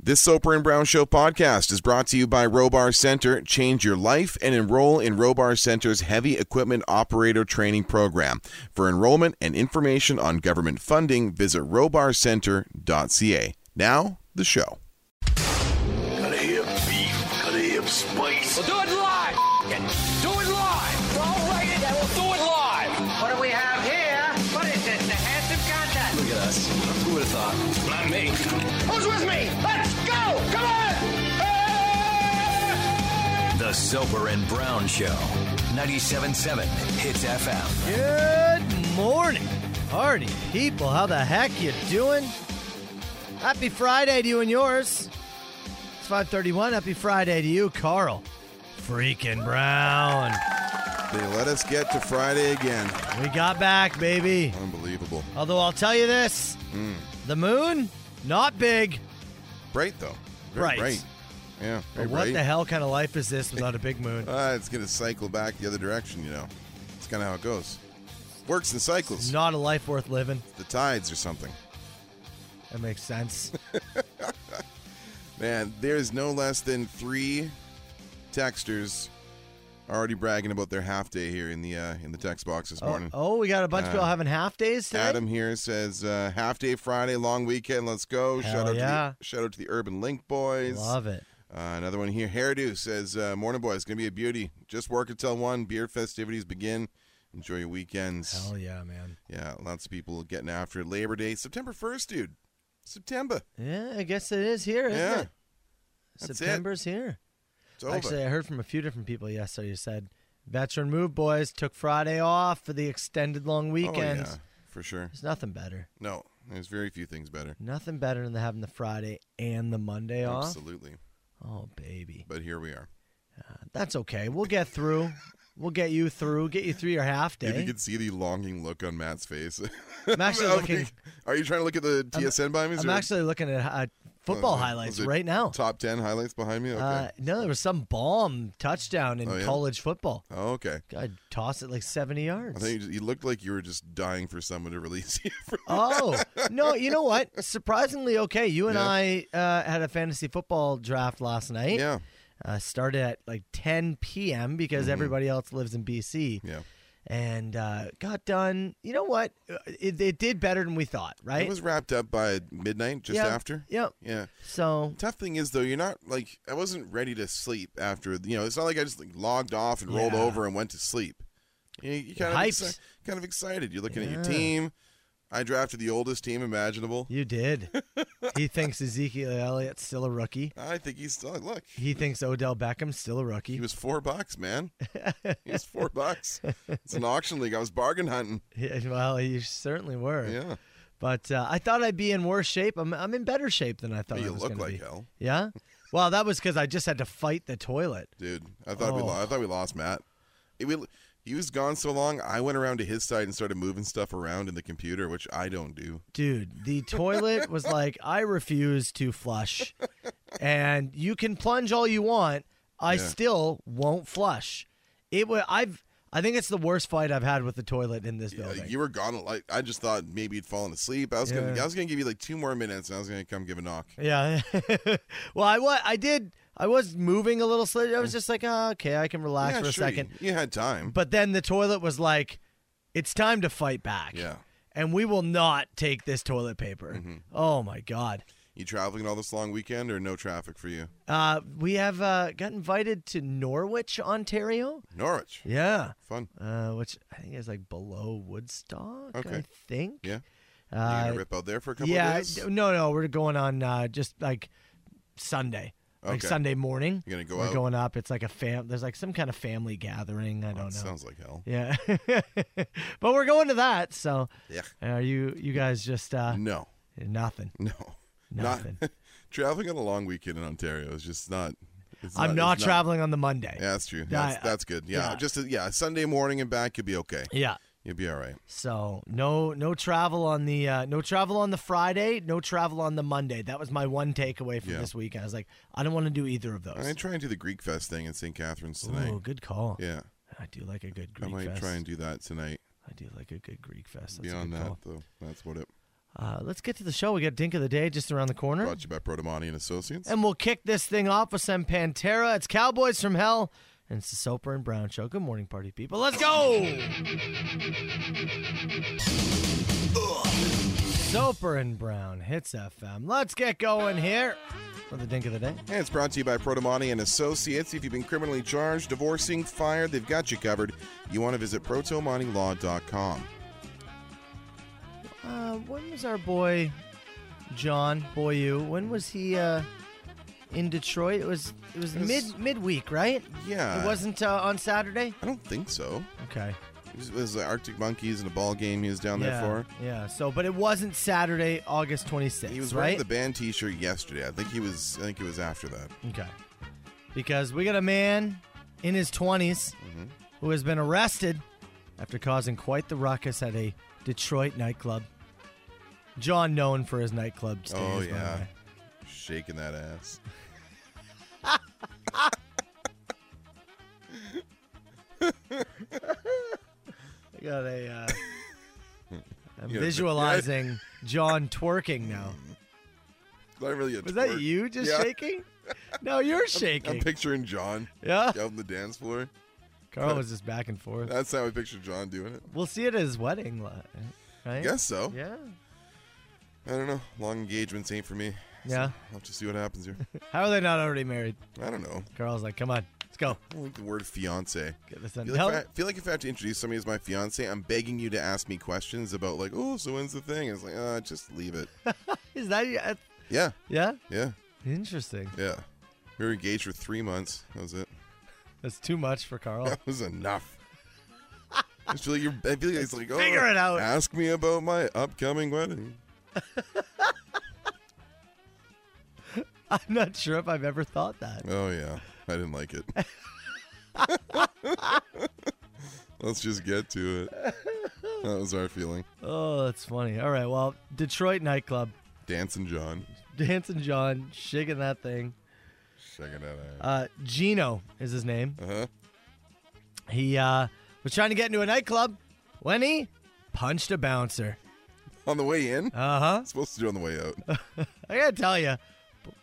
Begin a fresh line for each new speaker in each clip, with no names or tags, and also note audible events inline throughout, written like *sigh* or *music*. This Soper and Brown Show podcast is brought to you by Robar Center. Change your life and enroll in Robar Center's Heavy Equipment Operator Training Program. For enrollment and information on government funding, visit robarcenter.ca. Now, the show.
Gotta have beef. Gotta have spice.
We'll do it live. F- it. Do it live. I'll write it and we'll do it live.
What do we have here? What is this? The handsome contest.
Look at us. Who would have thought? Not me.
Who's with me? Let's go! Come on!
The Soper and Brown Show. 97.7 Hits FM.
Good morning, party people. How the heck you doing? Happy Friday to you and yours. It's 531. Happy Friday to you, Carl. Freaking Brown.
They let us get to Friday again.
We got back, baby.
Unbelievable.
Although I'll tell you this
Hmm.
the moon, not big.
Bright, though. Very
Bright.
bright. Yeah. very
But what
bright.
the hell kind of life is this without a big moon?
*laughs* Ah, it's going to cycle back the other direction, you know. It's kind of how it goes. Works in cycles.
Not a life worth living.
the tides or something.
That
*laughs*
makes sense.
Man, there's no less than three texters already bragging about their half day here in the uh, in the text box this
Oh,
morning.
oh, we got a bunch of people
Uh,
having half days today.
Adam here says uh, half day Friday, long weekend. Let's go!
Hell
shout out
yeah.
to the, shout out to the Urban Link boys.
Love it.
Uh, another one here. Hairdo says uh, morning boys, gonna be a beauty. Just work until one. Beer festivities begin. Enjoy your weekends.
Hell yeah, man.
Yeah, lots of people getting after it. Labor Day, September first, dude. September.
Yeah, I guess it is here, isn't
Yeah.
it?
That's it.
September's here.
It's over.
Actually, I heard from a few different people yesterday who said veteran move boys took Friday off for the extended long
oh,
weekends.
yeah, for sure.
There's nothing better.
No, there's very few things better.
Nothing better than having the Friday and the Monday off.
Absolutely.
Oh, baby.
But here we are.
That's okay. We'll
*laughs*
get through. we'll get you through. Get you through your half
If you
day.
could see the longing look on Matt's
*laughs*
face. *laughs*
I'm actually
I'm
looking
like, are you trying to look at the TSN behind me? Is
I'm
there-
actually looking at uh, football
was it-
highlights
was it
right now.
Top 10 highlights behind me? Okay.
Uh, no, there was some bomb touchdown in
Oh, yeah?
college football.
oh, okay.
God, toss it like 70 yards.
I think you, just, you looked like you were just dying for someone to release *laughs* you. From,
Oh
*laughs*
no! You know what? Surprisingly, okay. You and
Yeah.
I uh, had a fantasy football draft last night.
yeah. Mm-hmm.
Uh, started at like 10 p.m. because everybody else lives in BC,
Yeah.
and uh, got done. You know what? Uh, It, it did better than we thought, right?
It was wrapped up by midnight, just
Yeah,
after.
Yep.
Yeah.
So
Tough thing is though, you're not like I wasn't ready to sleep after. You know, it's not like I just like, logged off and rolled
Yeah.
over and went to sleep. You, you kind of
hyped.
exci- kind of excited. You're looking at your
Yeah.
team. I drafted the oldest team imaginable.
you
*laughs*
did. he thinks Ezekiel Elliott's still a rookie.
I think he's still look.
He thinks Odell Beckham's still a rookie.
He was four bucks, man. he was
*laughs*
four bucks. It's an auction league. I was bargain hunting.
Yeah, *laughs* well, you certainly were.
Yeah,
But uh, I thought I'd be in worse shape. I'm, I'm in better shape than I thought. I
you
was
look
gonna
like
be.
hell,
Yeah. Well, that was because I just had to fight the toilet.
dude. I thought we
Oh.
lost. I thought we lost Matt. It- we- he was gone so long. I went around to his side and started moving stuff around in the computer, which I don't do.
Dude, the
*laughs*
toilet was like, I refuse to flush. And you can plunge all you want. I
Yeah.
still won't flush. It was, I've, I think it's the worst fight I've had with the toilet in this
Yeah,
building.
Uh, you were gone. Like I just thought maybe you'd fallen asleep. I was gonna.
Yeah.
I was gonna give you like two more minutes, and I was gonna come give a knock.
Yeah. *laughs* well, I was, I did, I was moving a little slow. I was just like, oh, okay, I can relax
Mm. yeah,
for a
sure, you-
second.
You, had time.
But then the toilet was like, it's time to fight back.
yeah, Mm-hmm.
And we will not take this toilet paper. Oh my God.
you traveling all this long weekend or no traffic for you?
Uh, we have uh, got invited to Norwich, Ontario.
Norwich,
Yeah.
fun.
Uh, which I think is like below Woodstock,
Okay.
I think.
Yeah. you
Uh,
gonna rip out there for a couple
yeah.
of days?
d- No, no, we're going on uh, just like Sunday. Like
Okay.
Sunday morning.
You're gonna go
we're
out? Oh,
going up. It's like a fam. There's like some kind of family gathering. I don't know.
Sounds like hell.
yeah. *laughs* but we're going to that. So
Yeah.
Uh, are you you guys just uh,
No,
nothing?
no, Not-
Nothing.
*laughs* traveling on a long weekend in Ontario is just not. It's
I'm
not
not
it's
traveling on the Monday.
Yeah, that's true. That's,
I-
that's good. Yeah,
yeah.
just a, yeah, Sunday morning and back, you'll be okay.
yeah.
You'll be all right.
So no no travel on the uh, no travel on the Friday, no travel on the Monday. That was my one takeaway from
Yeah.
this weekend. I was like, I don't want to do either of
I
those.
try and do the Greek Fest thing in St. Catharines tonight.
Oh, good call.
yeah,
I do like a good Greek
I might
fest.
try and do that tonight.
I do like a good Greek fest. That's a
Beyond
good
that,
call.
though, that's what it.
Uh, let's get to the show. We got Dink of the Day just around the corner.
Brought to you by Protomani and Associates.
And we'll kick this thing off with some Pantera. It's Cowboys from Hell. And it's the Soper and Brown Show. Good morning, party people. Let's go! Soper and Brown hits FM. Let's get going here for the Dink of the Day.
And it's brought to you by Protomani and Associates. If you've been criminally charged, divorcing, fired, they've got you covered. You want to visit protomanilaw.com.
Uh, when was our boy John Boyu? When was he uh, in Detroit? It was it was
It was-
mid midweek, right?
Yeah.
It wasn't uh, on Saturday.
I don't think so.
Okay.
It was, it was the Arctic Monkeys and a ball game he was down
yeah.
there
Yeah. So, but it wasn't Saturday, August twenty
for.
sixth.
He was
right.
wearing the band T-shirt yesterday. I think he was. I think it was after that.
Okay. Because we got a man in his 20s
Mm-hmm.
who has been arrested after causing quite the ruckus at a Detroit nightclub. John, known for his nightclub stays.
Oh,
by the
yeah.
way.
Shaking that ass.
I got a.
*laughs*
Uh, I'm
You got a- *laughs*
visualizing John twerking now.
Not really a
Was
twerk.
that you just
Yeah.
shaking? No, you're
*laughs*
shaking.
I'm picturing John
yeah.
out on the dance floor.
Carl was just back and forth.
That's how I picture John doing it.
We'll see it at his wedding, li- right?
I guess so.
Yeah.
I don't know. Long engagements ain't for me.
Yeah.
I'll have to see what happens
*laughs*
here.
How are they not already married?
I don't know.
Carl's like, come on, let's go.
I don't like the word fiance.
Get this done.
feel like,
No,
if I, feel like if I have to introduce somebody as my fiance, I'm begging you to ask me questions about like, oh, so when's the thing? It's like, uh, just leave
*laughs*
it.
Is that your- uh,
yeah,
yeah?
yeah,
Interesting.
yeah. We were engaged for three months. That was it. *laughs*
That's too much for Carl.
That was enough. I feel like you're. I feel like it's like, oh,
*laughs* Figure it out.
Ask me about my upcoming wedding.
*laughs* I'm not sure if I've ever thought that.
Oh yeah, I didn't like
*laughs*
it. Let's just get to it. That was our feeling.
Oh, that's funny. All right, well, Detroit nightclub, *laughs*
Dancing John,
dancing John, shaking that thing.
checking that out.
Uh, Gino is his name.
Uh huh.
He uh, was trying to get into a nightclub when he punched a bouncer.
On the way in,
Uh huh.
supposed to do on the way out.
*laughs* I gotta tell you,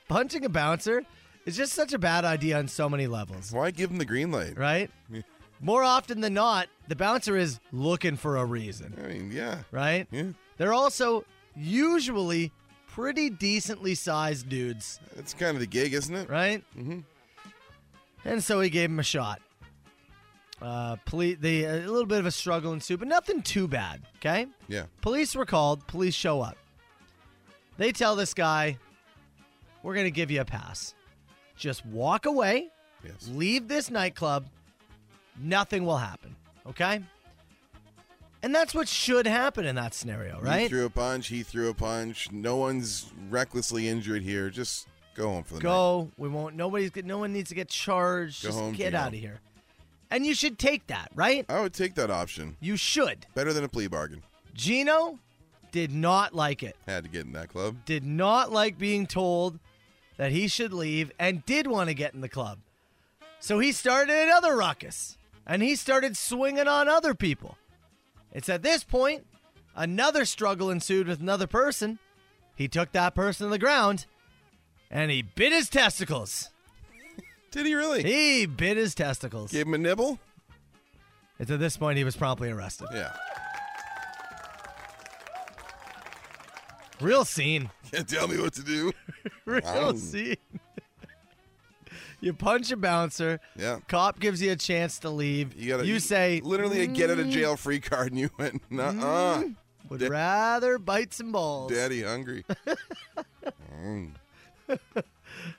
punching a bouncer is just such a bad idea on so many levels.
Why give him the green light?
right?
Yeah.
More often than not, the bouncer is looking for a reason,
I mean, yeah,
right?
yeah.
They're also usually pretty decently sized dudes,
That's kind of the gig, isn't it?
right? Mm-hmm. And so he gave him a shot. Uh, police, they a little bit of a struggle ensued, but nothing too bad. Okay,
Yeah.
police were called. Police show up. They tell this guy, "We're gonna give you a pass. Just walk away."
Yes.
leave this nightclub, nothing will happen. Okay? And that's what should happen in that scenario,
He
right?
threw a punch. He threw a punch. No one's recklessly injured here. Just go home for the night.
Go. We won't nobody's get no one needs to get charged.
Go
Just
home,
get
Gino.
out of here. And you should take that, right?
I would take that option.
You should.
Better than a plea bargain.
Gino did not like it.
Had to get in that club.
Did not like being told that he should leave and did want to get in the club. So he started another ruckus and he started swinging on other people. It's at this point, another struggle ensued with another person. He took that person to the ground and he bit his testicles.
Did he really?
He bit his testicles.
Gave him a nibble.
It's at this point he was promptly arrested.
Yeah. *laughs*
Real scene. *laughs*
Can't tell me what to do.
Real
Wow.
scene. you punch a bouncer.
Yeah.
Cop gives you a chance to leave.
You gotta.
say, mm.
literally a get out of jail free card, and you went, uh uh,
"Hmm, would rather bite some balls.
daddy hungry.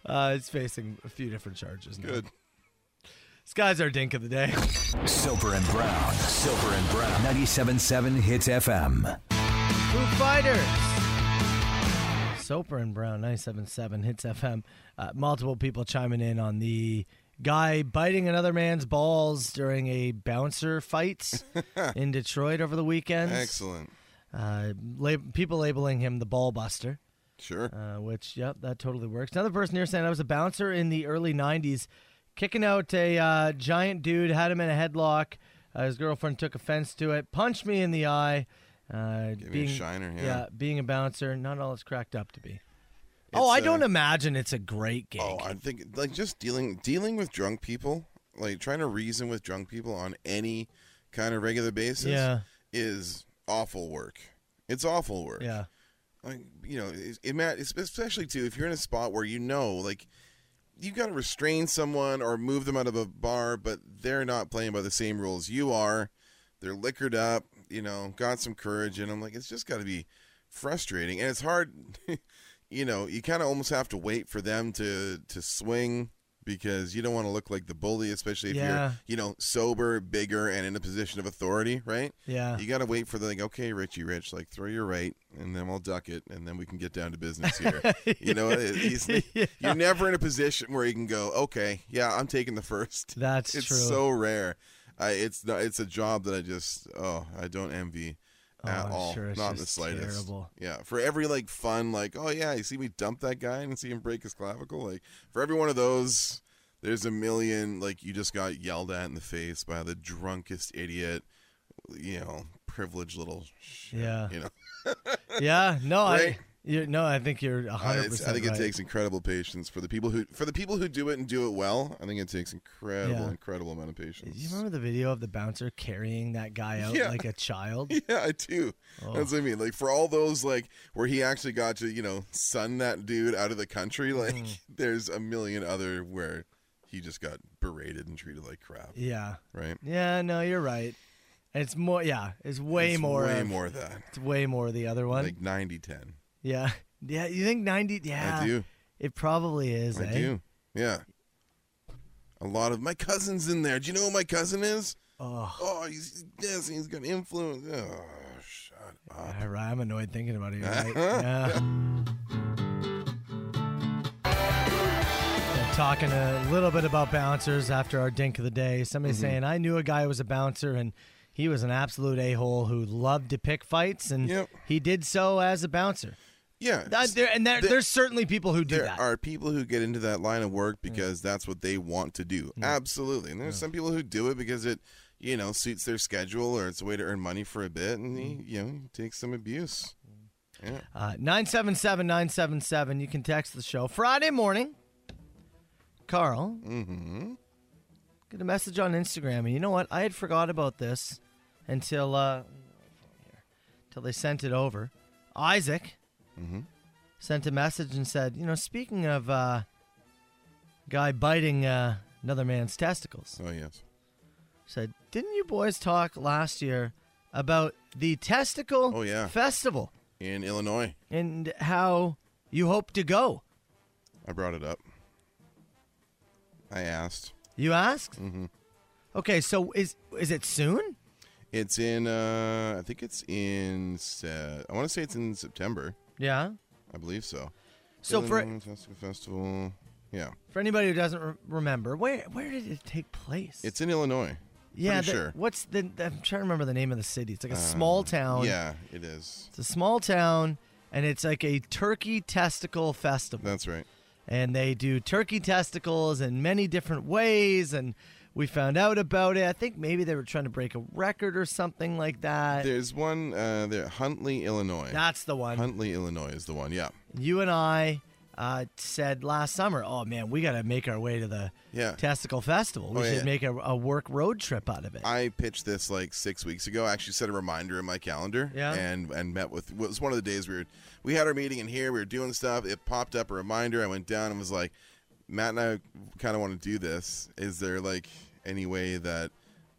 Uh, it's facing a few different charges. Now. *laughs*
Good.
This guy's our dink of the day.
Silver and Brown. Silver and Brown. 97.7 Hits FM.
Foo Fighters. Soper and Brown, 97.7 Hits FM. Uh, multiple people chiming in on the guy biting another man's balls during a
*laughs*
bouncer fight in Detroit over the weekend.
Excellent.
Uh, lab- people labeling him the ball buster.
Sure.
Uh, which, yep, that totally works. Another person here saying I was a bouncer in the early 90s, kicking out a uh, giant dude, had him in a headlock. Uh, his girlfriend took offense to it, punched me in the eye, Uh,
Give me
being
a shiner. Yeah.
being a bouncer, not all it's cracked up to be.
It's,
oh, I
uh,
don't imagine it's a great gig.
Oh, I think like just dealing dealing with drunk people, like trying to reason with drunk people on any kind of regular basis,
Yeah.
is awful work. It's awful work.
yeah,
like you know, it, it, ma- it's- especially too if you're in a spot where you know, like, you got to restrain someone or move them out of a bar, but they're not playing by the same rules you are. They're liquored up, you know, got some courage, and I'm like, it's just got to be frustrating, and it's hard. *laughs* you know, you kind of almost have to wait for them to to swing because you don't want to look like the bully, especially if
Yeah.
you're, you know, sober, bigger, and in a position of authority, right?
yeah.
You got to wait for the like, okay, Richie Rich, like throw your right, and then we'll duck it, and then we can get down to business
*laughs*
here. you know, it- it's-
Yeah.
you're never in a position where you can go, okay, yeah, I'm taking the first.
That's
it's
true.
so rare. I, it's not, it's a job that I just oh I don't envy
Oh,
at
I'm
all,
sure it's
not in the
just
slightest.
terrible.
Yeah, for every like fun, like oh yeah, you see me dump that guy and see him break his clavicle. Like for every one of those, there's a million like you just got yelled at in the face by the drunkest idiot, you know, privileged
*laughs*
little shit, *laughs*
Yeah.
You know,
yeah, no,
Right?
I, you, no, I think you're
I,
100.
it's- I
percent
think it takes incredible patience for the people who for the people who do it and do it well. I think it takes incredible,
Yeah.
incredible amount of patience.
Do you remember the video of the bouncer carrying that guy out
Yeah.
like a child?
*laughs* Yeah, I do. That's what I mean. Like for all those like where he actually got to, you know, sun that dude out of the country,
Mm-hmm.
like *laughs* there's a million other where he just got berated and treated like crap.
Yeah,
Right?
yeah, no, you're right. It's more, yeah, it's way
It's
more,
way
of-
more of that.
it's way more the other one.
Like 90 10.
yeah, *laughs* yeah, you think 90? Yeah,
I do.
It probably is.
I
eh?
do. Yeah. A lot of my cousin's in there. Do you know who my cousin is?
Oh,
Oh, he's this. He's got influence. Oh, shut up.
all right, I'm annoyed thinking about it. you're
*laughs*
Right? yeah. We're Talking a little bit about bouncers after our dink of the day. Somebody
Mm-hmm.
saying, I knew a guy who was a bouncer and he was an absolute a hole who loved to pick fights, and
Yep.
he did so as a bouncer.
Yeah.
That- there, and there,
There-
there's certainly people who do
there
that. Mm.
are people who get into that line of work because that's what they want to do. Absolutely. And there's some people who do it because it, you know, suits their schedule or it's a way to earn money for a bit and you,
Mm.
you know, you take some abuse.
Uh, 977 977. You can text the show. Friday morning, Carl. Mm-hmm. Get a message on Instagram. And you know what? I had forgot about this until uh, until they sent it over. Isaac
Mm-hmm.
sent a message and said, you know, speaking of uh, guy biting uh, another man's testicles,
Oh yes.
said, didn't you boys talk last year about the Testicle
Oh, yeah.
Festival?
In Illinois,
and how you hope to go.
I brought it up. I asked.
You asked. Mm-hmm. Okay, so is is it soon?
It's in uh I think it's in se- I want to say it's in September.
Yeah.
I believe so.
So for
Illinois Testicle Festival. Yeah.
for anybody who doesn't re- remember, where where did it take place?
It's in Illinois.
yeah.
pretty
the-
sure. Uh,
What's the? I'm trying to remember the name of the city. It's like a small town.
Yeah, it is.
It's a small town, and it's like a turkey testicle festival.
That's right.
and they do turkey testicles in many different ways, and we found out about it. I think maybe they were trying to break a record or something like that.
There's one uh, there, Huntley, Illinois.
That's the one.
Huntley, Illinois is the one. Yeah,
you and I uh, said last summer, oh man, we got to make our way to the
Yeah.
Testicle Festival. We
Oh,
should
yeah.
make a, a work road trip out of it.
I pitched this like six weeks ago. I actually set a reminder in my calendar.
Yeah.
and and met with. It was one of the days we were we had our meeting in here. We were doing stuff. It popped up a reminder. I went down and was like, Matt and I kind of want to do this. Is there like any way that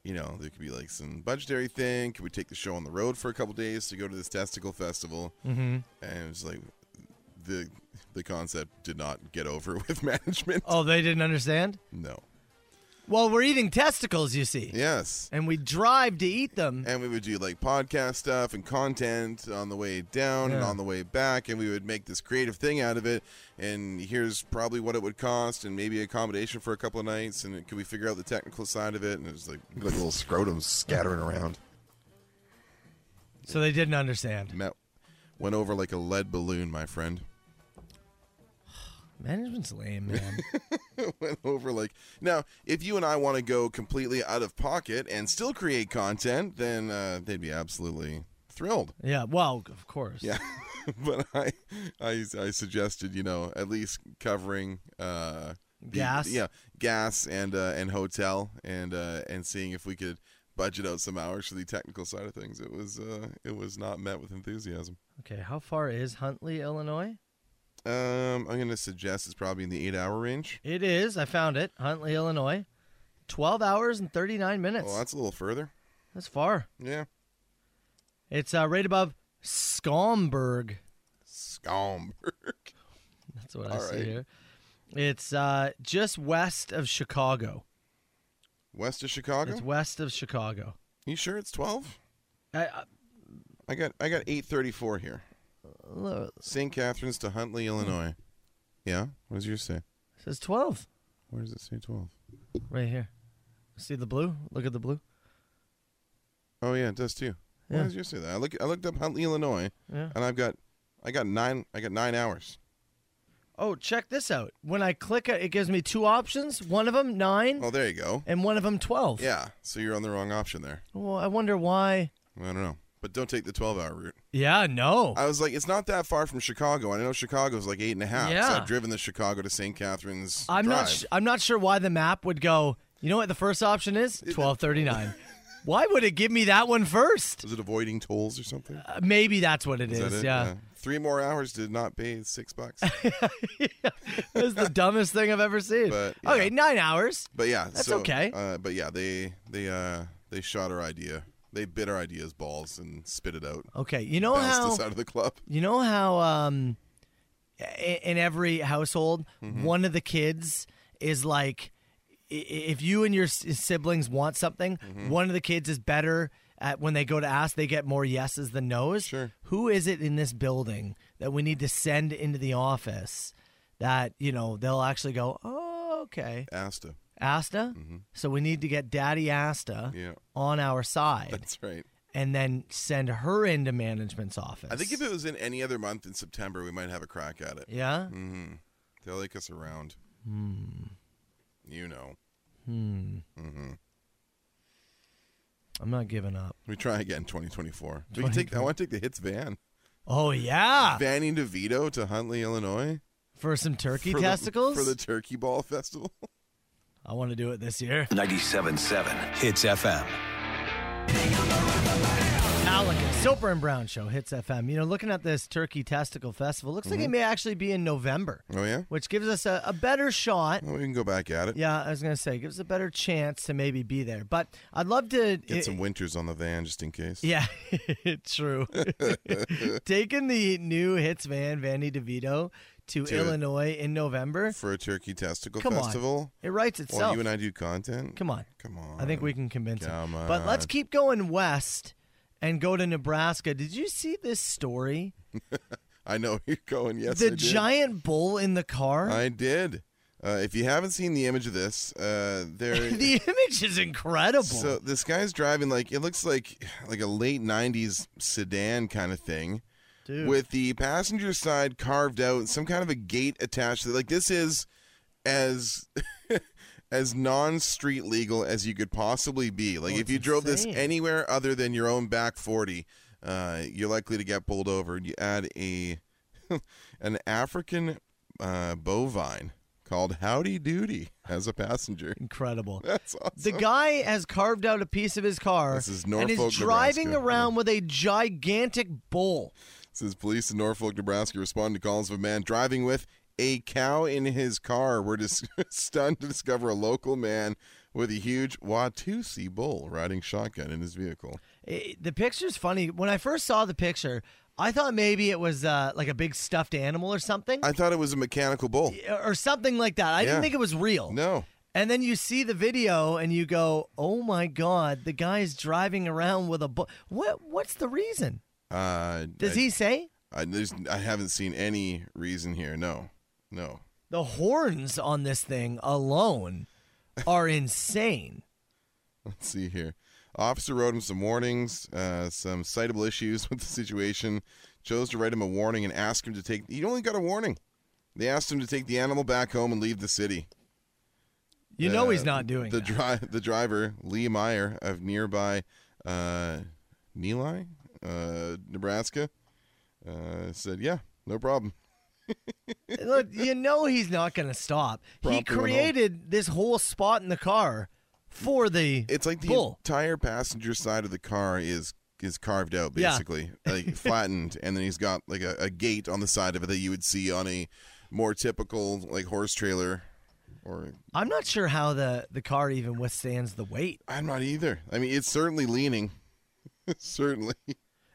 you know there could be like some budgetary thing? Could we take the show on the road for a couple days to go to this testicle festival? Mm-hmm. And it was like the the concept did not get over *laughs* with management.
oh, they didn't understand?
No.
Well, we're eating testicles, you see.
Yes.
And we drive to eat them.
and we would do like podcast stuff and content on the way down and
Yeah.
on the way back and we would make this creative thing out of it and here's probably what it would cost and maybe accommodation for a couple of nights and can we figure out the technical side of it and it's like like little scrotums scattering around
So they didn't understand.
Matt went over like a lead balloon my friend *laughs*
Management's lame,
*laughs*
man.
went over like now if you and I want to go completely out of pocket and still create content then uh, they'd be absolutely thrilled.
Yeah, well, of course.
Yeah, *laughs* but I, I, I suggested you know at least covering uh, the-
Gas?
yeah, gas and uh, and hotel and uh, and seeing if we could budget out some hours for the technical side of things. It was uh, it was not met with enthusiasm.
Okay, how far is Huntley, Illinois?
Um, I'm gonna suggest it's probably in the eight hour range.
It is. I found it. Huntley, Illinois. 12 hours and 39 minutes.
Well, Oh, that's a little further.
That's far.
Yeah,
It's uh, right above Schaumburg.
Schaumburg.
That's what I
All
see
right.
here. It's uh, just west of Chicago.
*laughs* West of Chicago.
It's west of Chicago.
you sure it's twelve?
I, I,
I got I got eight thirty four here.
look,
St. Catharines to Huntley, Illinois.
Hmm.
Yeah. What does yours say?
it says 12
Where does it say twelve?
right here. See the blue? Look at the blue.
Oh yeah, it does too. Why
Yeah.
does yours say that? I look I looked up Huntley, Illinois,
Yeah.
and I've got I got nine I got nine hours.
Oh, check this out. When I click uh, it, it gives me two options. One of them nine,
Oh, there you go.
and one of them twelve.
Yeah. So you're on the wrong option there.
Well, I wonder why.
I don't know. But don't take the twelve hour route.
Yeah, no.
I was like, it's not that far from Chicago. I know Chicago's like eight and a half. So
Yeah.
I've driven the Chicago to St. Catharines.
I'm not.
Drive.
Sh- I'm not sure why the map would go. You know what the first option is? Twelve
*laughs*
thirty nine. why would it give me that one first?
Is it avoiding tolls or something?
Uh, maybe that's what it
Is
is.
that it?
yeah,
Three more hours did not pay six
*laughs*
bucks.
it's
*laughs*
the dumbest thing I've ever seen.
But, yeah.
Okay, nine hours.
But yeah,
That's
so,
okay.
Uh, but yeah, they they uh, they shot our idea. They bit our ideas balls and spit it out.
Okay, you know
bounced
how
us out of the club.
You know how um, i- in every household,
Mm-hmm.
one of the kids is like, i- i- if you and your s- siblings want something,
Mm-hmm.
one of the kids is better at when they go to ask, they get more yeses than nos.
Sure.
Who is it in this building that we need to send into the office that, you know, they'll actually go, oh, okay.
Asta.
Asta? So we need to get Daddy Asta
Mm-hmm. Yeah. *laughs*
on our side
That's right.
and then send her into management's office.
I think if it was in any other month in September, we might have a crack at it.
Yeah?
They'll like us around. Hmm. You know.
I'm not giving up.
We try again 2024. We can take, I want to take the hits van.
Oh yeah,
Vanning DeVito to Huntley, Illinois.
for some turkey
for the-
testicles.
for the Turkey Ball *laughs* Festival.
I want to do it this year.
97.7 Hits FM.
Alec, Soper and Brown show hits FM. You know, looking at this turkey testicle festival, looks
Mm-hmm.
like it may actually be in November,
oh, yeah?
which gives us a, a better shot.
Well, we can go back at it.
Yeah, I was gonna say gives us a better chance to maybe be there. But I'd love to
Get some winters on the van just in case.
*laughs* Yeah, *laughs* true.
*laughs*
Taking the new hits van Vandy DeVito
To
to
it.
Illinois in November.
For a turkey testicle
Come on.
festival.
It writes
While
itself.
you and I do content.
Come on.
Come on.
I think we can convince
Come
him. But let's
on.
keep going west and go to Nebraska. Did you see this story?
I know *laughs* you're going. Yes, I
the
did.
giant bull in the car.
I did. Uh, if you haven't seen the image of this, uh, there.
*laughs* the image is incredible.
so this guy's driving like it looks like like a late '90s sedan kind of thing,
Dude.
with the passenger side carved out, some kind of a gate attached. to it. Like this is as *laughs* as non-street legal as you could possibly be. Like
Oh,
if
it's
you drove
insane.
this anywhere other than your own back forty, uh, you're likely to get pulled over. You add a *laughs* an African uh, bovine called Howdy Doody as a passenger.
incredible.
That's awesome.
The guy has carved out a piece of his car
This is
and
Norfolk,
is driving
Nebraska.
around with a gigantic bull.
Says police in Norfolk, Nebraska respond to calls of a man driving with a cow in his car. Were dis- *laughs* stunned to discover a local man with a huge Watusi bull riding shotgun in his vehicle.
It- the picture's funny. When I first saw the picture, I thought maybe it was uh, like a big stuffed animal or something,
I thought it was a mechanical bull.
or something like that. I
Yeah.
didn't think it was real.
No.
And then you see the video and you go, "Oh my god, the guy's driving around with a bu- what what's the reason?"
Uh,
Does
I,
he say?
I, there's, I haven't seen any reason here. No. No.
The horns on this thing alone are insane.
*laughs* Let's see here. Officer wrote him some warnings, uh, some citable issues *laughs* with the situation. Chose to write him a warning and ask him to take. He only got a warning. They asked him to take the animal back home and leave the city.
You know
Uh,
he's not doing
the
that.
dri- The driver Lee Meyer of nearby uh, Neely, uh, Nebraska, uh, said, "Yeah, no problem."
Look, you know he's not going to stop. he
Promptly went home.
created this whole spot in the car for the
It's like the
bull.
entire passenger side of the car is is carved out
Yeah.
basically,
*laughs*
like flattened, and then he's got like a, a gate on the side of it that you would see on a more typical like horse trailer. Or
I'm not sure how the the car even withstands the weight.
I'm not either. I mean, it's certainly leaning. *laughs* certainly.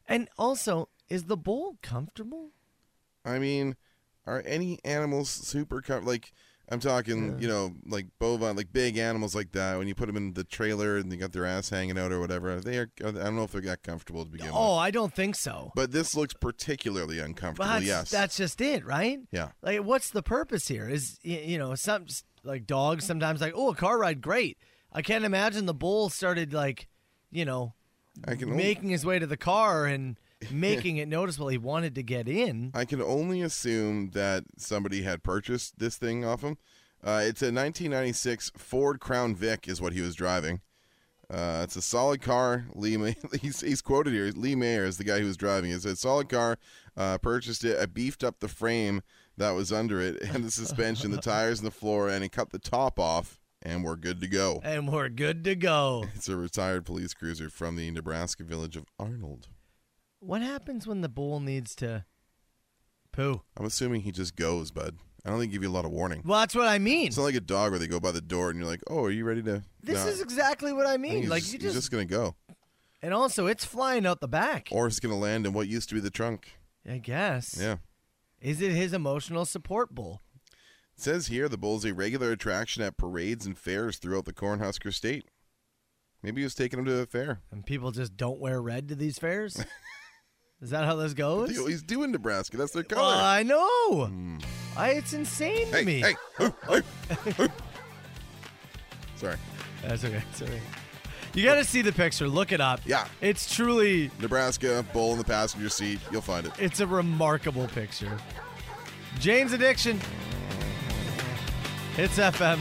And also, is the bull comfortable?
I mean, are any animals super com- like? I'm talking, you know, like bovine, like big animals like that. When you put them in the trailer and they got their ass hanging out or whatever, they are. I don't know if they're that comfortable to begin
Oh,
with.
I don't think so.
But this looks particularly uncomfortable.
But
yes,
that's just it, right?
Yeah.
Like, what's the purpose here? Is y- you know, some like dogs sometimes like, oh, a car ride, great. I can't imagine the bull started like, you know,
I can only,
making his way to the car and making it noticeable he wanted to get in.
I can only assume that somebody had purchased this thing off him. Uh, it's a 1996 Ford Crown Vic, is what he was driving. Uh, it's a solid car. Lee May- *laughs* he's, he's quoted here. Lee Mayer is the guy who was driving. It's a solid car. Uh, purchased it. I beefed up the frame that was under it and the suspension, the tires, and the floor, and it cut the top off, and we're good to go.
And we're good to go.
It's a retired police cruiser from the Nebraska village of Arnold.
What happens when the bull needs to poo?
I'm assuming he just goes, bud. I don't think they give you a lot of warning.
Well, that's what I mean.
It's not like a dog where they go by the door and you're like, "Oh, are you ready to?"
This
No.
is exactly what I
I think
mean.
he's
Like
just,
you
he's
just,
just gonna go,
and also it's flying out the back.
or it's gonna land in what used to be the trunk.
I guess.
Yeah.
Is it his emotional support bull?
It says here the bull's a regular attraction at parades and fairs throughout the Cornhusker state. Maybe he was taking him to a fair.
And people just don't wear red to these
*laughs*
fairs? Is that how this goes?
Dude, he's doing Nebraska. That's their
Well,
color.
I know. I, it's insane to
Hmm. hey,
me.
hey. Ooh, ooh,
*laughs*
ooh. Sorry.
That's okay. That's okay. You got to see the picture. Look it up.
Yeah.
It's truly,
Nebraska bull in the passenger seat. You'll find it.
it's a remarkable picture. Jane's Addiction. It's FM.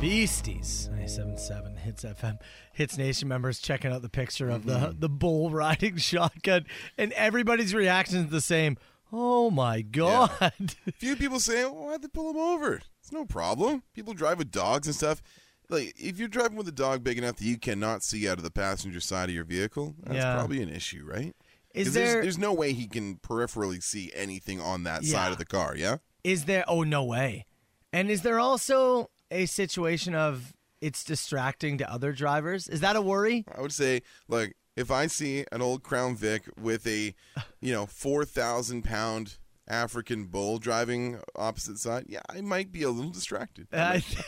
Beasties 977 Hits FM. Hits Nation members checking out the picture of
Mm-hmm.
the, the bull *laughs* riding shotgun, and everybody's reaction is the same. Oh my God. *laughs*
Few people say, well, why'd they pull him over? It's no problem. People drive with dogs and stuff. Like, if you're driving with a dog big enough that you cannot see out of the passenger side of your vehicle, that's
Yeah.
probably an issue, right? 'Cause
Is
There's,
there
there's no way he can peripherally see anything on that side
Yeah.
of the car, yeah?
is there oh no way and is there also a situation of it's distracting to other drivers is that a worry
I would say, like, if I see an old Crown Vic with a, you know, 4,000 pound African bull driving opposite side, yeah, I might be a little distracted. I
*laughs* I,
might-
th-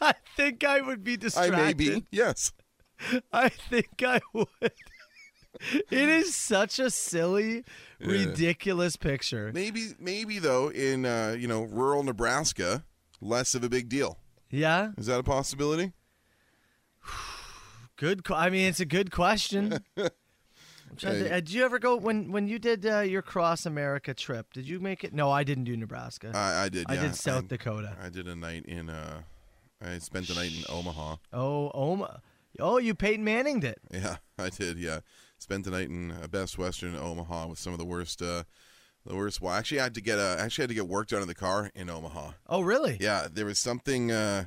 I think i would be
I
distracted
may be, yes.
I think i would *laughs* it is such a silly ridiculous picture
Maybe, maybe though, in uh, you know rural Nebraska, less of a big deal.
yeah
Is that a possibility?
good que- i mean it's a
*laughs*
good question I'm trying to
Hey.
think. Uh, did you ever go when when you did uh, your cross America trip? Did you make it? No, I didn't do Nebraska.
I, I did.
I
yeah.
did South
I,
Dakota.
I did a night in. Uh, I spent the night in Omaha. *laughs*
Oh, Oma. Oh, you Peyton Manninged it.
Yeah, I did. Yeah, spent the night in a Best Western in Omaha with some of the worst. Uh, the worst. Well, actually, I had to get. Uh, actually, had to get work done in the car in Omaha.
Oh, really?
Yeah, there was something. Uh,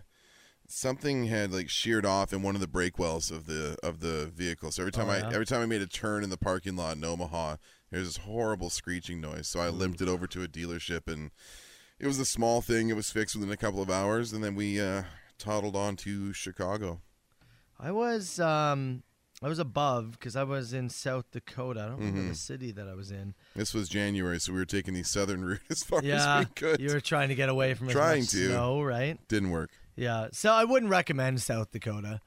something had like sheared off in one of the brake wells of the of the vehicle. So every time I
yeah?
every time I made a turn in the parking lot in Omaha, there was this horrible screeching noise. So I
Hmm.
limped it over to a dealership, and it was a small thing. It was fixed within a couple of hours, and then we uh, toddled on to Chicago.
I was um I was above because I was in South Dakota. I don't
Mm-hmm.
remember the city that I was in.
This was January, so we were taking the southern *laughs* route as far
Yeah,
as we could.
you were trying to get away from
Trying
as much
to.
snow, right?
Didn't work.
Yeah. So I wouldn't recommend South Dakota.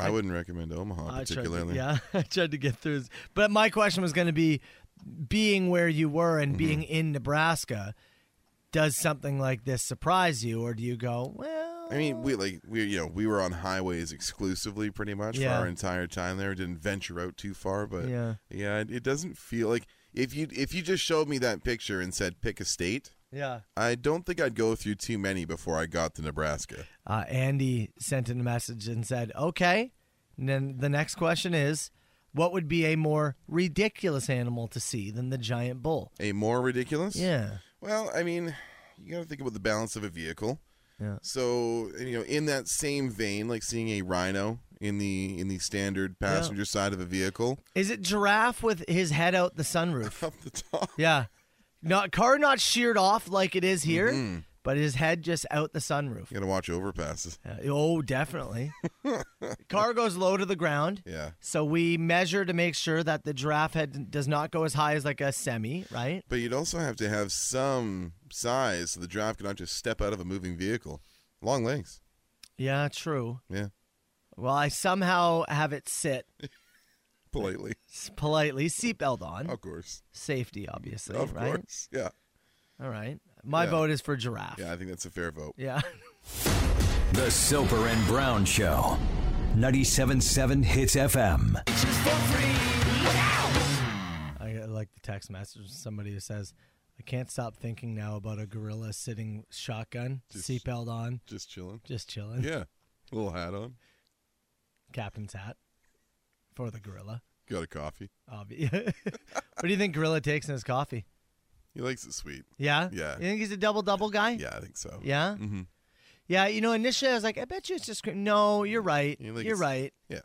I, wouldn't recommend Omaha
I tried to-
particularly.
yeah, *laughs* I tried to get through. this. But my question was going to be, being where you were
Mm-hmm.
and being in Nebraska, does something like this surprise you, or do you go, well?
I mean, we like we you know we were on highways exclusively pretty much for
Yeah.
our entire time there. Didn't venture out too far, but
Yeah.
yeah, it, it doesn't feel like if you if you just showed me that picture and said pick a state,
Yeah.
I don't think I'd go through too many before I got to Nebraska.
Uh, Andy sent in a message and said, okay. And then the next question is, what would be a more ridiculous animal to see than the giant bull?
A more ridiculous?
Yeah.
Well, I mean, you got to think about the balance of a vehicle.
Yeah.
So you know, in that same vein, like seeing a rhino in the in the standard passenger side of a vehicle *laughs*
Is it giraffe with his head out the sunroof?
up the top.
yeah. Not car not sheared off like it is here, but his head just out the sunroof.
You got to watch overpasses.
Uh, oh, definitely. car goes low to the ground.
Yeah.
So we measure to make sure that the giraffe head does not go as high as like a semi, right?
But you'd also have to have some size so the drive cannot just step out of a moving vehicle. Long legs.
Yeah, true.
Yeah.
Well, I somehow have it sit
Politely.
*laughs* s- politely, seatbelt on,
Of course.
safety obviously,
Of
right?
course. Yeah.
All right. My
Yeah.
vote is for giraffe.
Yeah, I think that's a fair vote.
Yeah. *laughs*
The Silver and Brown Show. 97.7 Hits FM.
I uh, like the text message from somebody who says, "I can't stop thinking now about a gorilla sitting shotgun, seatbelt on,
Just chilling.
just chilling,
Yeah. Little hat on.
captain's hat for the gorilla."
Got a coffee.
Obvi- *laughs* what do you think gorilla takes in his coffee?
He likes it sweet.
Yeah.
Yeah.
You think he's a double double guy?
Yeah, I think so.
Yeah. Mm-hmm. Yeah. You know, initially I was like, I bet you it's just. cre- No, you're right.
Mm-hmm. You think
you're
it's-
right.
Yeah.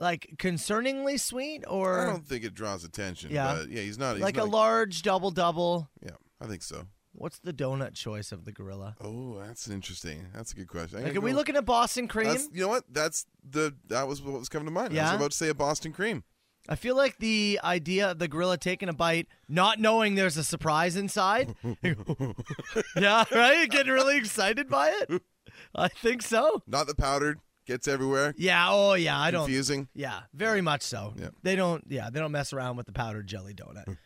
Like concerningly sweet, or
I don't think it draws attention.
Yeah.
But yeah, he's not he's
like a
not
large double double.
Yeah, I think so.
What's the donut choice of the gorilla?
Oh, that's an interesting. That's a good question. I'm
Like,
gonna
are we
go-
looking at Boston cream?
That's, you know what? That's the that was what was coming to mind. I
Yeah?
was about to say a Boston cream.
I feel like the idea of the gorilla taking a bite, not knowing there's a
*laughs*
surprise inside. *laughs* yeah, right? You're Getting really excited by it? I think so.
Not the powdered gets everywhere.
Yeah, oh yeah, I don't
confusing.
Yeah, very much so.
Yeah.
They don't yeah, they don't mess around with the powdered jelly donut.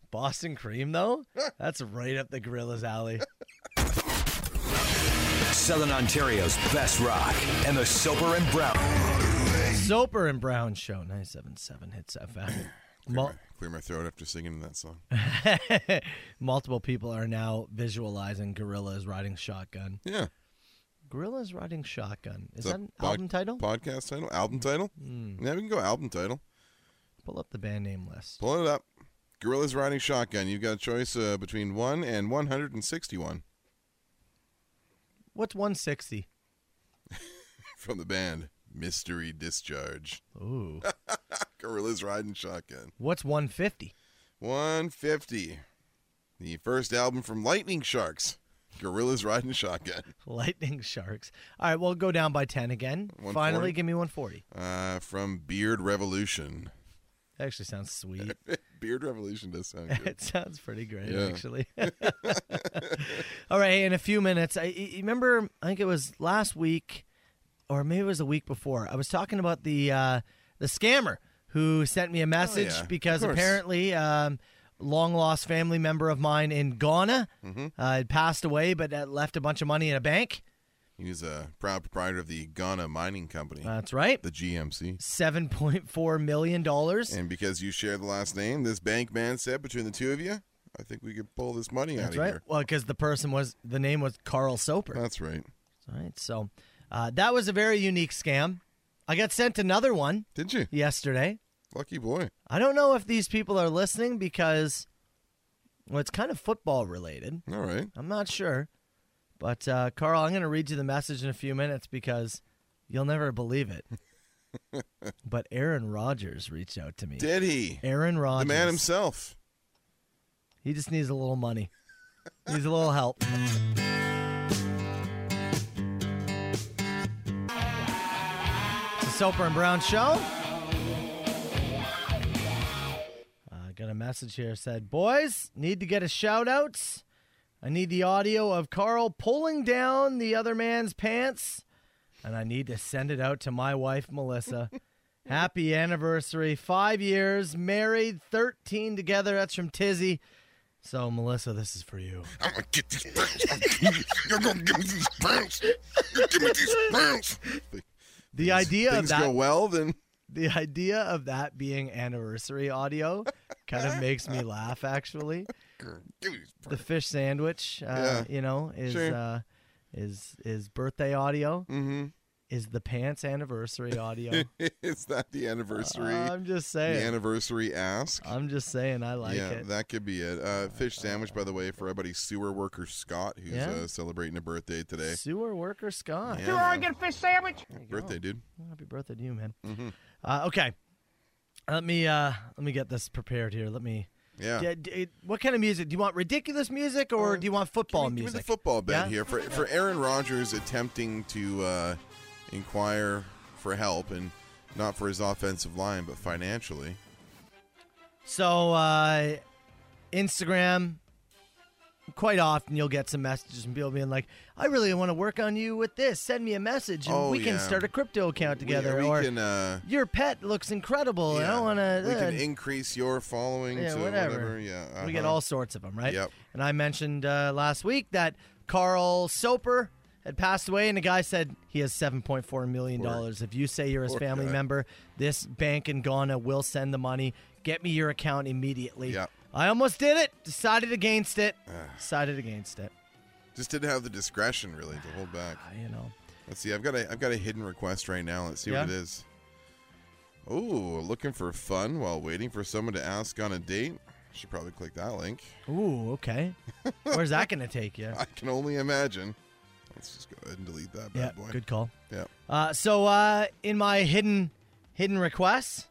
*laughs*
Boston cream though? That's right up the
*laughs*
gorilla's alley.
Southern Ontario's best rock. And the Silver and Brown.
Soper and Brown show 977 hits
*clears throat*
FM. Mul-
Clear my throat after singing that
*laughs*
song.
multiple people are now visualizing gorillas riding shotgun.
Yeah.
Gorillas Riding Shotgun.
It's
Is
a
that an
pod-
album title? Hmm.
Podcast title? Album title? Yeah, we can go album title.
Pull up the band name list.
Pull it up. Gorillas riding shotgun. You've got a choice uh, between one and one hundred and sixty-one *laughs*
What's 160?
from the band Mystery Discharge. *laughs*
Ooh.
Gorillas riding shotgun.
What's 150?
One fifty. The first album from Lightning Sharks. Gorillas riding shotgun.
Lightning Sharks. All right, we'll go down by 10 again.
140?
Finally, give me 140.
Uh, from Beard Revolution. *laughs*
That actually sounds sweet.
Beard Revolution does sound good.
*laughs* it sounds pretty great,
Yeah. *laughs*
actually. *laughs* All right, in a few minutes, I you remember, I think it was last week, or maybe it was the week before, I was talking about the, uh, the scammer who sent me a message
Oh, yeah, of
because
course.
apparently. apparently um, long lost family member of mine in Ghana
Mm-hmm.
uh, had passed away, but uh, left a bunch of money in a bank.
He was a proud proprietor of the Ghana Mining Company,
That's right,
the GMC.
seven point four million dollars.
And because you share the last name, this bank man said between the two of you, I think we could pull this money out
That's
of
right.
here.
Well, because the person was the name was Carl Soper.
That's right.
All right, so uh, that was a very unique scam. I got sent another one
Did you?
yesterday.
Lucky boy.
I don't know if these people are listening because well, it's kind of football related.
All right.
I'm not sure. But uh, Carl, I'm going to read you the message in a few minutes because you'll never believe it.
*laughs*
but Aaron Rodgers reached out to me.
Did he?
Aaron
The
Rodgers.
man himself.
He just needs a little money. needs a little help. The Soper and Brown Show. Uh, got a message here said, boys, need to get a shout out. I need the audio of Carl pulling down the other man's pants, and I need to send it out to my wife, Melissa. Happy anniversary. Five years, married, 13 together. That's from Tizzy. So, Melissa, this is
*laughs*
for you.
I'm gonna get these pounds. I'm gonna give you- You're gonna give me these
*laughs*
pounds. You give me these pounds.
The idea of
Things go
that,
well, then
the idea of that being
*laughs*
anniversary audio kind of makes me laugh actually
Give me this
the fish sandwich uh,
Yeah.
you know is
Sure.
uh, is is birthday audio
Mm-hmm. *laughs*
is the pants anniversary audio
it's not the anniversary.
i'm just
the
saying
anniversary ask.
i'm just saying Uh, i like
yeah,
it
that could be it. Uh, fish sandwich, by the way, for everybody sewer worker Scott, who's
Yeah.
uh, celebrating a birthday today.
sewer worker scott
Yeah,
You want to
man.
get a fish sandwich?
birthday, dude.
Happy birthday to you, man.
Mm-hmm.
Uh, okay, let me uh, let me get this prepared here. Let me.
Yeah. Um,
D- d- what kind of music do you want? Ridiculous music, or do you want football
Give me- Give me
music?
the football bet
Yeah?
here for for Aaron Rodgers attempting to uh, inquire for help and not for his offensive line, but financially.
so, uh, Instagram. Quite often, you'll get some messages from people being like, "I really want to work on you with this. Send me a message, and
Oh,
we can
yeah.
start a crypto account
We-
together."
we,
or
can. Uh,
your pet looks incredible, and I
yeah,
want
We
to.
can increase your following
uh, Yeah,
to
whatever.
whatever. Yeah.
We get
uh-huh.
all sorts of them, right?
Yep.
And I mentioned uh, last week that Carl Soper had passed away, and the guy said he has $7.4 million.
Poor-
if you say you're his
poor
family
guy.
member, this bank in Ghana will send the money. Get me your account immediately.
Yep.
I almost did it. Decided against it. Decided against it.
Just didn't have the discretion really to hold back.
Uh, You know.
Let's see. I've got a I've got a hidden request right now. Let's see
Yeah?
what it is. Oh, looking for fun while waiting for someone to ask on a date. Should probably click that link. *laughs*
Ooh, okay. Where's that going to take you?
I can only imagine. Let's just go ahead and delete that
Yeah,
bad boy.
good call.
Yeah.
Uh, so uh, in my hidden hidden requests,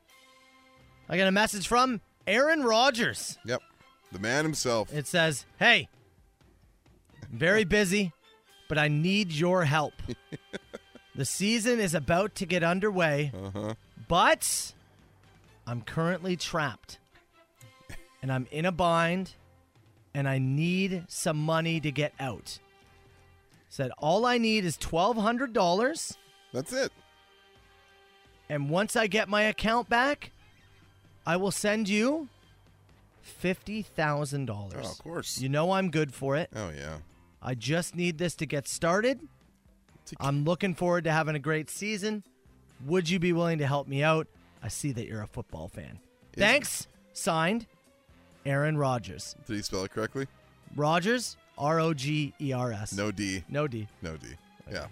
I got a message from Aaron Rodgers.
Yep. The man himself.
It says, "Hey, I'm very busy, but I need your
*laughs*
help. the season is about to get underway,
Uh-huh.
but I'm currently trapped, and I'm in a bind, and I need some money to get out." Said, "All I need is twelve hundred dollars."
That's it.
And once I get my account back, I will send you fifty thousand dollars.
Oh, of course.
You know I'm good for it.
Oh yeah.
I just need this to get started.
It's a-
I'm looking forward to having a great season. Would you be willing to help me out? I see that you're a football fan. Thanks. Signed, Aaron Rodgers.
Did he spell it correctly?
Rodgers, R O G E R S.
No D.
no D.
No D. Yeah.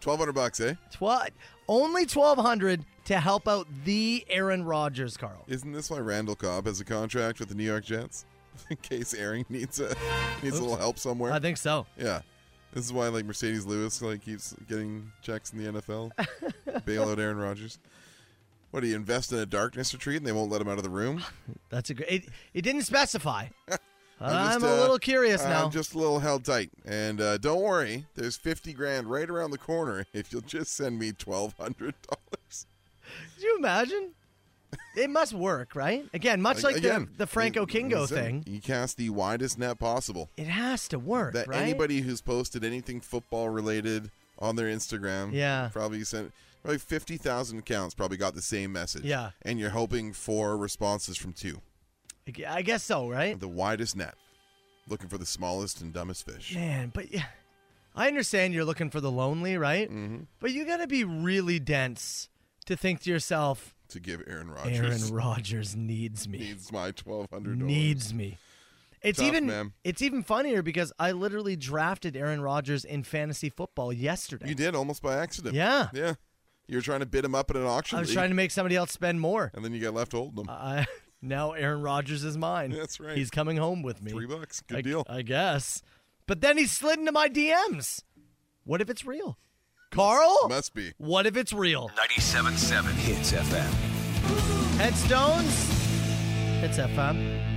Twelve hundred bucks, eh?
Tw- only twelve hundred to help out the Aaron Rodgers, Carl.
Isn't this why Randall Cobb has a contract with the New York Jets? *laughs* In case Aaron needs a needs a little help somewhere.
I think so.
Yeah. This is why like Mercedes Lewis like keeps getting checks in the NFL.
*laughs*
Bail out Aaron Rodgers. What do you invest in a darkness retreat and they won't let him out of the room?
That's a good. It, it didn't specify. I'm,
*laughs* I'm just,
a
uh,
little curious
I'm
now.
just a little held tight. And uh, don't worry, there's fifty grand right around the corner *laughs* if you'll just send me twelve hundred dollars.
Could you imagine? It must work, right? Again, much like
Again,
the, the Franco
you-
Kingo
listen,
thing,
You cast the widest net possible.
it has to work,
That
right?
anybody who's posted anything football related on their Instagram,
Yeah.
probably sent probably fifty thousand accounts probably got the same message.
Yeah.
and you're hoping for responses from two.
I gu- I guess so, right?
The widest net, looking for the smallest and dumbest fish.
Man, but yeah, I understand you're looking for the lonely, right?
Mm-hmm.
But you got to be really dense to think to yourself,
To give Aaron Rodgers
Aaron Rodgers needs
*laughs*
me.
needs my twelve hundred dollars.
needs me. It's
Tough,
even
man.
it's even funnier because I literally drafted Aaron Rodgers in fantasy football yesterday.
You did almost by accident.
Yeah.
Yeah. You were trying to bid him up at an auction.
I was
league,
trying to Uh, make somebody else spend more.
and then you got left holding him.
I *laughs* now Aaron Rodgers is mine.
That's right.
He's coming home with me.
Three bucks. Good
I,
deal.
I guess. But then he slid into my DMs. What if it's real? Carl?
Must be.
What if it's real?
97.7 Hits FM.
Headstones. It's FM.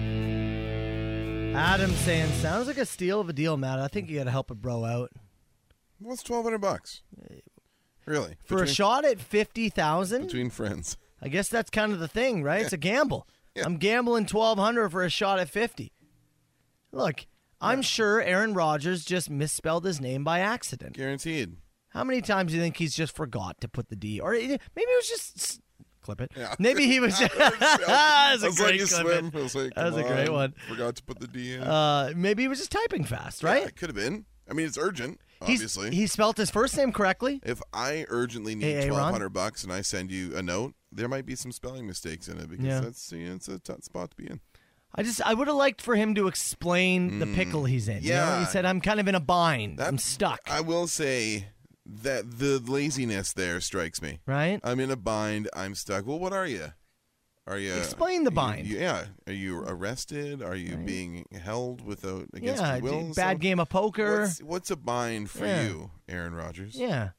Adam saying, sounds like a steal of a deal, Matt. I think you got to help a bro out.
What's twelve hundred bucks? Really?
For a
between,
shot at 50,000?
between friends.
I guess that's kind of the thing, right? It's a gamble. I'm gambling 1200 for a shot at 50. Look, I'm sure Aaron Rodgers just misspelled his name by accident. *laughs*
Guaranteed.
How many times do you think he's just forgot to put the D? Or maybe it was just s- clip it.
Yeah.
Maybe
*laughs*
he was. Just, *laughs* that was a
I was
great
like, you
clip it.
swim. I was like,
That was
come
a great
on.
one.
Forgot to put the D in.
Uh, maybe he was just typing fast,
Yeah,
right?
it could have been. I mean, it's urgent,
He's-
obviously.
he spelt his first name correctly.
if I urgently need
Hey, hey, Ron?
twelve hundred bucks and I send you a note, there might be some spelling mistakes in it because
Yeah.
that's you know, it's a tough spot to be in.
I just I would have liked for him to explain the pickle he's in. you know?
Mm. yeah.
he said I'm kind of in a bind. I'm
That's-
stuck.
I will say that the laziness there strikes me.
right?
I'm in a bind. I'm stuck. Well, what are you? Are you
Explain the
you-
bind.
you- yeah. Are you arrested? Are you being held without against
yeah,
your will?
d- bad
So
game of poker.
What's, what's a bind for
Yeah.
you, Aaron Rodgers?
Yeah.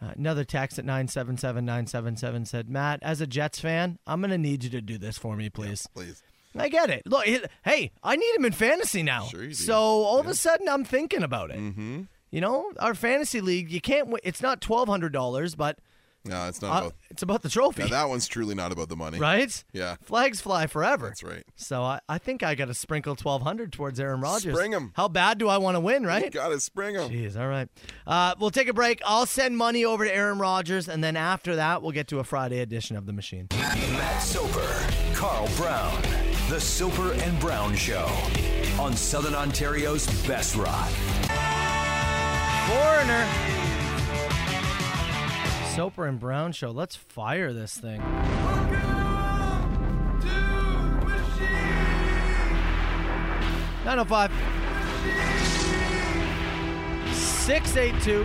Uh, another text at 977977 said, Matt, as a Jets fan, I'm going to need you to do this for me, please.
Please.
I get it. Look, he- hey, I need him in fantasy now.
Sure you do.
So all of a sudden, I'm thinking about it. Mm-hmm. You know, our fantasy league, you can't. Win. It's not twelve hundred dollars, but
No, it's not
uh,
about.
it's about the trophy,
Now, that one's truly not about the money.
*laughs* right?
Yeah.
Flags fly forever.
That's right.
So I, I think I got to sprinkle twelve hundred towards Aaron Rodgers.
Spring 'em.
How bad do I want to win?
You
Right?
gotta spring them.
Jeez, all right. Uh, we'll take a break. I'll send money over to Aaron Rodgers, and then after that, we'll get to a Friday edition of The Machine.
Matt Soper, Carl Brown. The Soper and Brown Show on Southern Ontario's Best Rock.
Foreigner. Soper and Brown Show. Let's fire this thing. Nine oh five. Six eight two.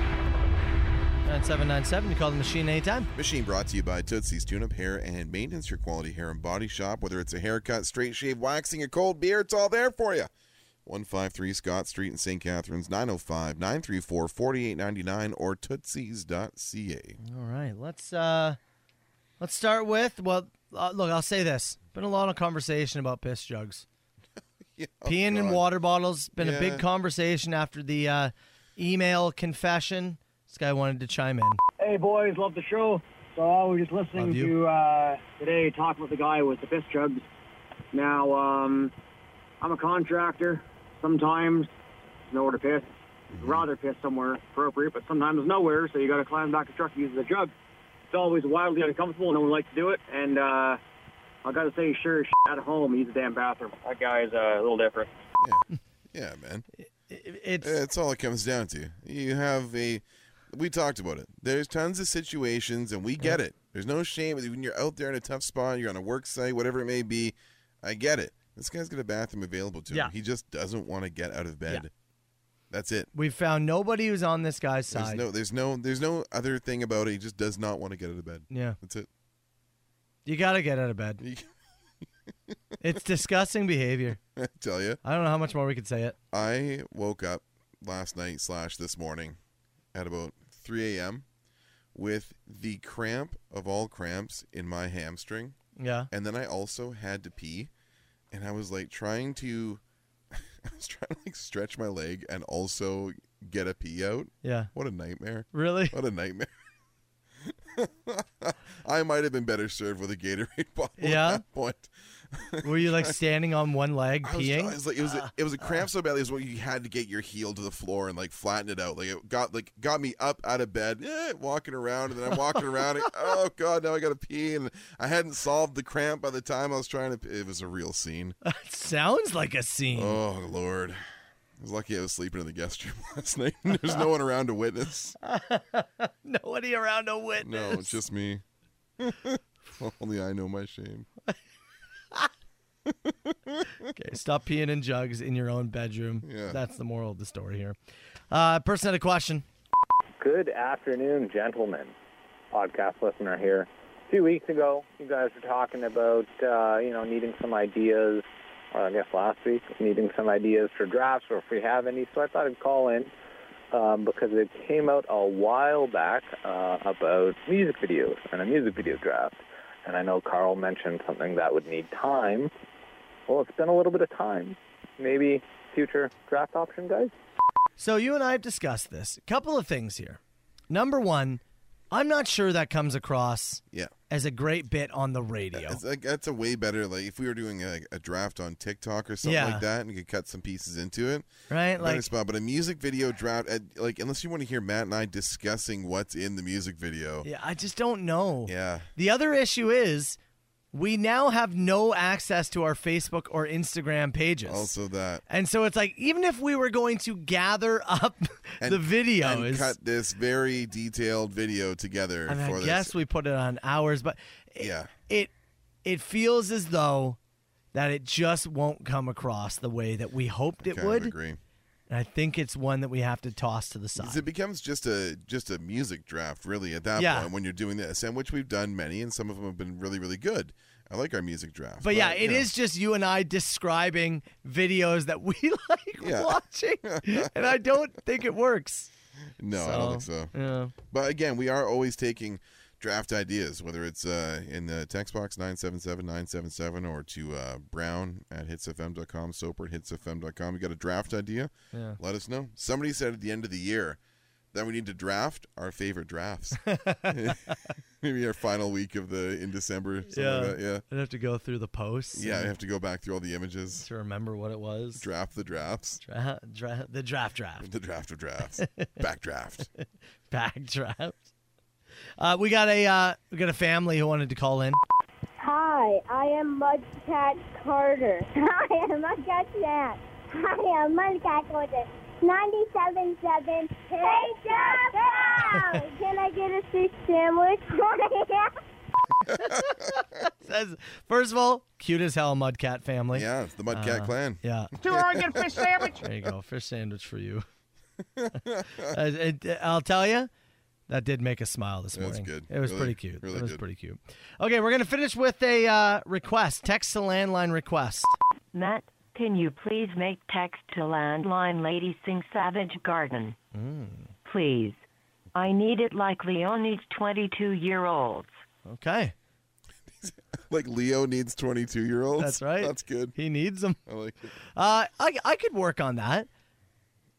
Nine seven nine seven. You call the machine anytime.
Machine brought to you by Tootsie's Tune Up Hair and Maintenance, your quality hair and body shop. Whether it's a haircut, straight shave, waxing, a cold beer, it's all there for you. 153 Scott Street in St. Catharines, 905 934 4899 or tootsies.ca.
All right, let's uh let's start with well uh, look, I'll say this. Been a lot of conversation about piss
*laughs*
jugs. Peeing in
oh, God.
water bottles been a
Yeah.
big conversation after the uh, email confession. This guy wanted to chime in.
Hey boys, love the show. So I was just listening
Love you.
to uh, today talk with the guy with the piss jugs. Now um, I'm a contractor. Sometimes there's nowhere to piss. I'd Rather piss somewhere appropriate, but sometimes nowhere. So you got to climb back the truck and use the jug. It's always wildly uncomfortable. No one likes to do it. And uh, I got to say, sure as shit, at home, use the damn bathroom. That guy's uh, a little different.
Yeah, man.
It- It's
That's all it comes down to. You have a. We talked about it. There's tons of situations, and we get it. There's no shame when you're out there in a tough spot, you're on a work site, whatever it may be. I get it. This guy's got a bathroom available to
Yeah.
him. He just doesn't want to get out of bed. That's it.
we found nobody who's on this guy's
There's
side.
no, there's no, there's no other thing about it. He just does not want to get out of bed.
yeah.
That's it. *laughs*
You got to get out of bed. It's disgusting behavior.
I tell you,
I don't know how much more we could say it.
I woke up last night slash this morning at about 3 a.m. with the cramp of all cramps in my hamstring.
Yeah.
and then I also had to pee, and I was like trying to, *laughs* I was trying to like stretch my leg and also get a pee out.
Yeah.
What a nightmare!
Really?
What a nightmare! *laughs* I might have been better served with a Gatorade bottle
Yeah?
at that point.
Were
*laughs*
you like standing on one leg
I was,
peeing?
I was like, it was a, it was a cramp so badly, it was what you had to get your heel to the floor and like flatten it out. Like it got like got me up out of bed, eh, walking around, and then I'm walking around. and, oh god, now I gotta pee, and I hadn't solved the cramp by the time I was trying to. pee. It was a real scene.
Sounds like a scene.
Oh Lord. I was lucky I was sleeping in the guest room *laughs* last night. There's no one around to witness.
Nobody around to
No,
witness.
it's just me. *laughs* Only I know my shame.
*laughs* Okay, stop peeing in jugs in your own bedroom.
Yeah.
That's the moral of the story here. Uh, person had a question.
Good afternoon, gentlemen. Podcast listener here. A few weeks ago, you guys were talking about, uh, you know, needing some ideas, or I guess last week, needing some ideas for drafts or if we have any. So I thought I'd call in um, because it came out a while back uh, about music videos and a music video draft. And I know Carl mentioned something that would need time. Well, it's been a little bit of time. Maybe future draft option, guys?
So you and I have discussed this. A couple of things here. Number one, I'm not sure that comes across
Yeah.
as a great bit on the radio.
It's like, that's a way better. Like if we were doing a, a draft on TikTok or something
Yeah.
like that, and you could cut some pieces into it,
Right?
better
Like
spot. But a music video draft, uh, like unless you want to hear Matt and I discussing what's in the music video.
yeah, I just don't know.
Yeah,
The other issue is we now have no access to our Facebook or Instagram pages.
also that.
and so it's like even if we were going to gather *laughs* up
And-
the video
and
is
cut this very detailed video together
I mean,
for
I
this.
guess we put it on hours, but
Yeah.
it it feels as though that it just won't come across the way that we hoped it
Kind
would.
of agree.
And I think it's one that we have to toss to the side.
'Cause it becomes just a just a music draft, really. At that
Yeah.
point, when you're doing this, and which we've done many, and some of them have been really, really good. I like our music draft.
but yeah, it
you know.
is just you and I describing videos that we *laughs* like
Yeah. *laughs*
watching, and I don't think it works.
No, I don't think so.
Yeah.
But again, we are always taking draft ideas, whether it's uh, in the text box 977-977 or to uh, brown at hitsfm.com, soper at hitsfm.com. You got a draft idea?
Yeah.
Let us know. Somebody said at the end of the year that we need to draft our favorite drafts. *laughs* Maybe our final week of the in December. Something yeah. Like that. Yeah.
I'd have to go through the posts.
Yeah, I
and-
have to go back through all the images,
to remember what it was.
draft the drafts,
Dra- dra- the draft draft.
the draft of drafts, back draft.
*laughs* backdraft. Uh, we got a uh, we got a family who wanted to call in. *laughs*
Hi, I am Mudcat Carter. *laughs* I am Mudcat Cat. I am Mudcat Carter. 97.7
*laughs*
Hey, Can I get a fish sandwich?
Says first of all, cute as hell, Mudcat family.
Yeah, it's the Mudcat
Uh,
Clan.
Yeah.
Two Oregon fish sandwich.
There you go, fish sandwich for you. Uh, it- it- I'll tell you, that did make us smile this
That's
morning.
good.
It was
Really-
pretty cute.
really
it was
good.
pretty cute. Okay, we're gonna finish with a uh, request, text to landline request.
Matt, can you please make text to landline lady sing Savage Garden? Please. I need it like Leonie's 22 year olds.
Okay,
Like Leo needs 22 year olds.
that's right.
That's good.
He needs them.
I like it.
Uh, I I could work on that.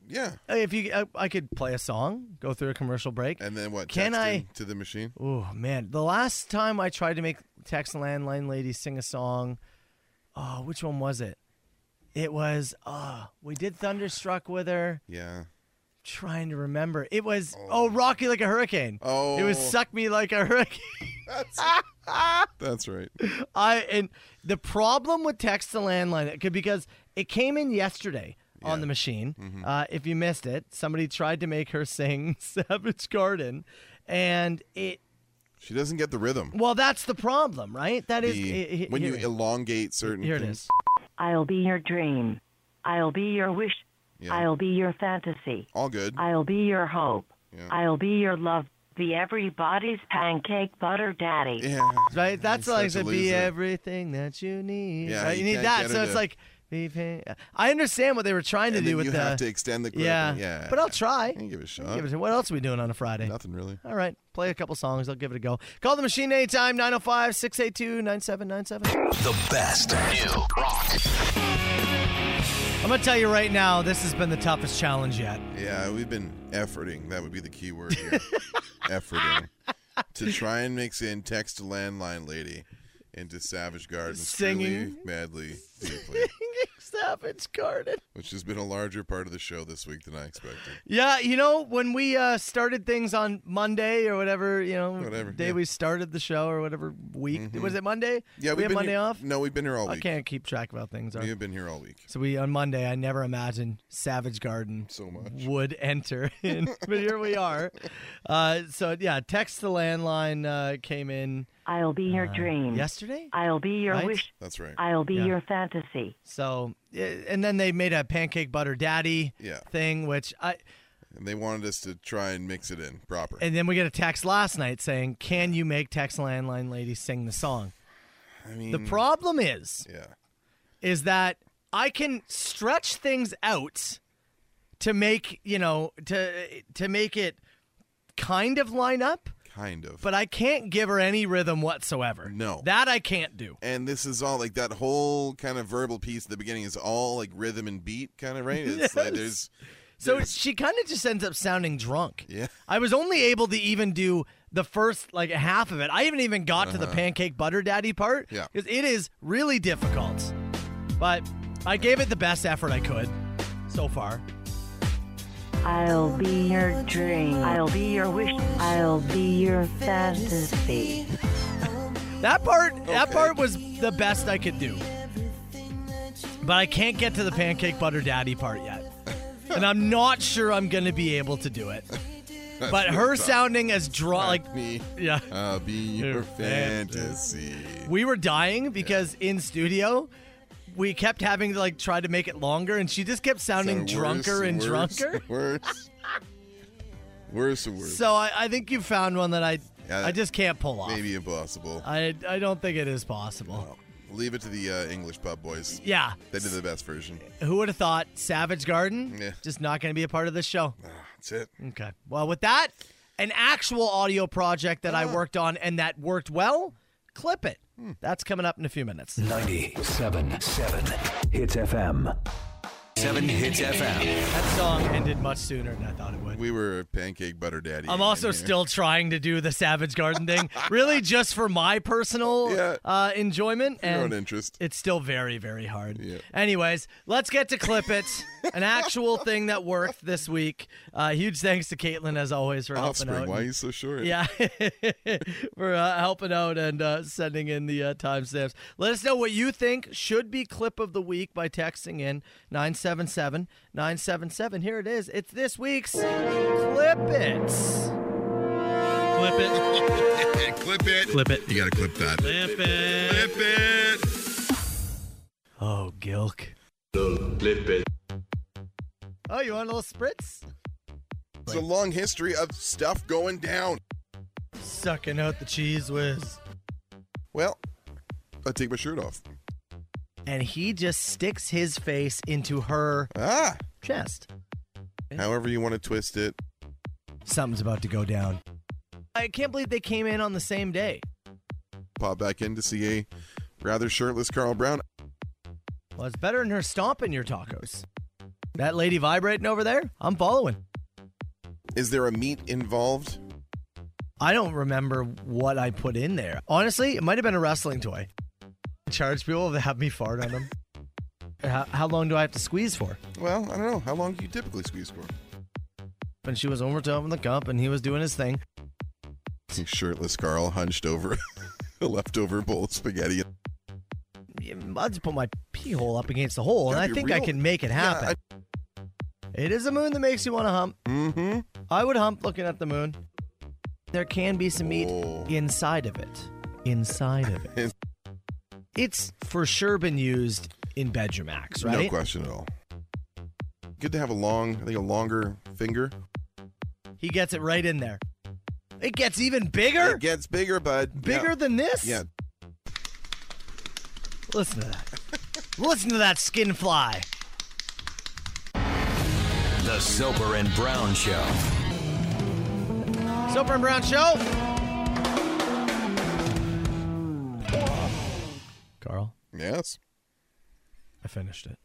Yeah.
Uh, If you, I, I could play a song, go through a commercial break,
And then what?
Can
text
I-
him to the machine?
Oh man, the last time I tried to make text landline lady sing a song, oh, which one was it? It was uh we did Thunderstruck with her.
Yeah.
Trying to remember, it was oh, Rocky like a hurricane.
Oh.
it was Suck Me Like a *laughs* Hurricane.
That's right.
I and the problem with text to landline it could because it came in yesterday on the machine.
Mm-hmm.
Uh, if you missed it, somebody tried to make her sing *laughs* Savage Garden, and it
She doesn't get the rhythm.
Well, that's the problem, right? That is
The-
i- i-
when you
here,
elongate certain
here it
things.
is.
I'll be your dream. I'll be your wish.
Yeah.
I'll be your fantasy.
All good.
I'll be your hope.
Yeah.
I'll be your love. Be everybody's pancake butter daddy.
yeah.
Right? That's like
such a
to be
loser.
everything that you need.
Yeah,
right?
you
you,
can't
need that.
get
So
it
it's
to-
like be pa- I understand what they were trying to
And
do
then
with
you
the
have to extend the clip.
yeah,
and- yeah.
But I'll try.
I can give it a shot.
Give it- what else are we doing on a Friday?
Nothing really.
All right, play a couple songs. I'll give it a go. Call the machine anytime, 905 682 9797.
The best. New rock.
I'm going to tell you right now, this has been the toughest
*laughs*
challenge yet.
Yeah, we've been efforting. That would be the key word
*laughs*
here. efforting. To try and mix in text to landline lady into Savage Garden.
Singing.
truly, madly, deeply,
Savage Garden.
which has been a larger part of the show this week than I expected.
Yeah, you know, when we uh, started things on Monday or whatever, you know,
Whatever,
day
yeah. Mm-hmm.
we started the show or whatever week. Was it Monday?
Yeah,
we
we've
had
been
Monday
here-
off?
No, we've been here all
I
week.
can't keep track about things. Are
We have been here all week.
So we on Monday, I never imagined Savage Garden
So much.
would *laughs* enter in, but here
*laughs*
we are. Uh, so yeah, text the landline uh, came in
I'll be your
Mm-hmm.
dream.
yesterday.
I'll be your
Uh, Right?
wish.
That's right.
I'll be
Yeah.
your fantasy.
So eh, and then they made a pancake butter daddy
Yeah.
thing, which I
And they wanted us to try and mix it in proper.
and then we got a text last night saying, "Can you make text landline lady sing the song?"
I mean,
The problem is,
yeah,
is that I can stretch things out to make you know to to make it kind of line up,
kind of.
but I can't give her any rhythm whatsoever.
No.
that I can't do.
and this is all like that whole kind of verbal piece at the beginning is all like rhythm and beat kind of right. It's like
Yes.
there's
So
there's-
she kind of just ends up sounding drunk.
Yeah.
I was only able to even do the first like half of it. I haven't even got to the pancake butter daddy part.
Uh-huh. Yeah.
Because it is really difficult. But I gave it the best effort I could so far.
I'll be your dream. I'll be your wish. I'll be your fantasy.
That part that
Okay.
part was the best I could do. But I can't get to
*laughs*
the pancake butter daddy part yet. and I'm not sure I'm going to be able to do it. but her sounding as draw like
me.
Yeah.
I'll be your fantasy.
we were dying because in studio we kept having to like try to make it longer and she just kept sounding
Sounded worse
drunker and
worse
drunker
*laughs* Worse. Worse and worse.
so I, I think you found one that i
Yeah,
i just can't pull off
Maybe impossible.
I, I don't think it is possible
Leave it to the uh, English pub boys.
Yeah.
They did the best version.
who would have thought savage garden
Yeah.
just not going to be a part of this show
That's it.
Okay. Well, with that, an actual audio project that I
Ah.
worked on and that worked well, clip it.
Hmm.
That's coming up in a few minutes.
97 7 Hits FM. 7 Hits FM.
That song ended much sooner than I thought it would.
We were pancake butter daddy.
I'm
in
also
here.
still trying to do the Savage Garden thing,
*laughs*
really just for my personal
Yeah.
uh, enjoyment.
Your own
and
interest.
It's still very, very hard.
Yeah.
Anyways, let's get to Clip
*laughs*
It, an actual thing that worked this week. Uh, huge thanks to Caitlin, as always, for helping
Offspring.
out.
Why are you so short?
Yeah, *laughs* for uh, helping out and uh, sending in the uh, timestamps. Let us know what you think should be clip of the week by texting in 977 977. Here it is. It's this week's Clip It. Clip
*laughs*
it.
clip it.
Clip it.
You gotta clip that. Clip
Clip it.
it.
Oh, Gilk. Clip it. Oh, you want a little spritz?
It's a long history of stuff going down.
Sucking out the cheese whiz.
Well, I take my shirt off.
And he just sticks his face into her
Ah.
chest.
However you want to twist it.
Something's about to go down. I can't believe they came in on the same day.
Pop back in to see a rather shirtless Carl Brown.
Well, it's better than her stomping your tacos. That lady vibrating over there, I'm following.
Is there a meat involved?
I don't remember what I put in there. Honestly, it might have been a wrestling toy. Charge people to have me fart on them. *laughs* how, how long do I have to squeeze for?
Well, I don't know. How long do you typically squeeze for?
When she was over top of the cup and he was doing his thing.
Shirtless Carl hunched over *laughs* a leftover bowl of spaghetti.
I just put my pee hole up against the hole, and
Gotta
I
be
think I
real-
can make it happen. It is a moon that makes you want to hump.
Mm-hmm.
I would hump looking at the moon. There can be some meat
Oh.
inside of it. Inside
*laughs*
of it. it's for sure been used in bedroom acts, right?
No question at all. Good to have a long, I think a longer finger.
He gets it right in there. It gets even bigger?
It gets bigger, bud.
bigger
Yeah.
than this?
Yeah.
Listen to that. Listen to that skin fly.
The Silver and Brown Show.
Soper and Brown Show. Carl,
Yes.
I finished it.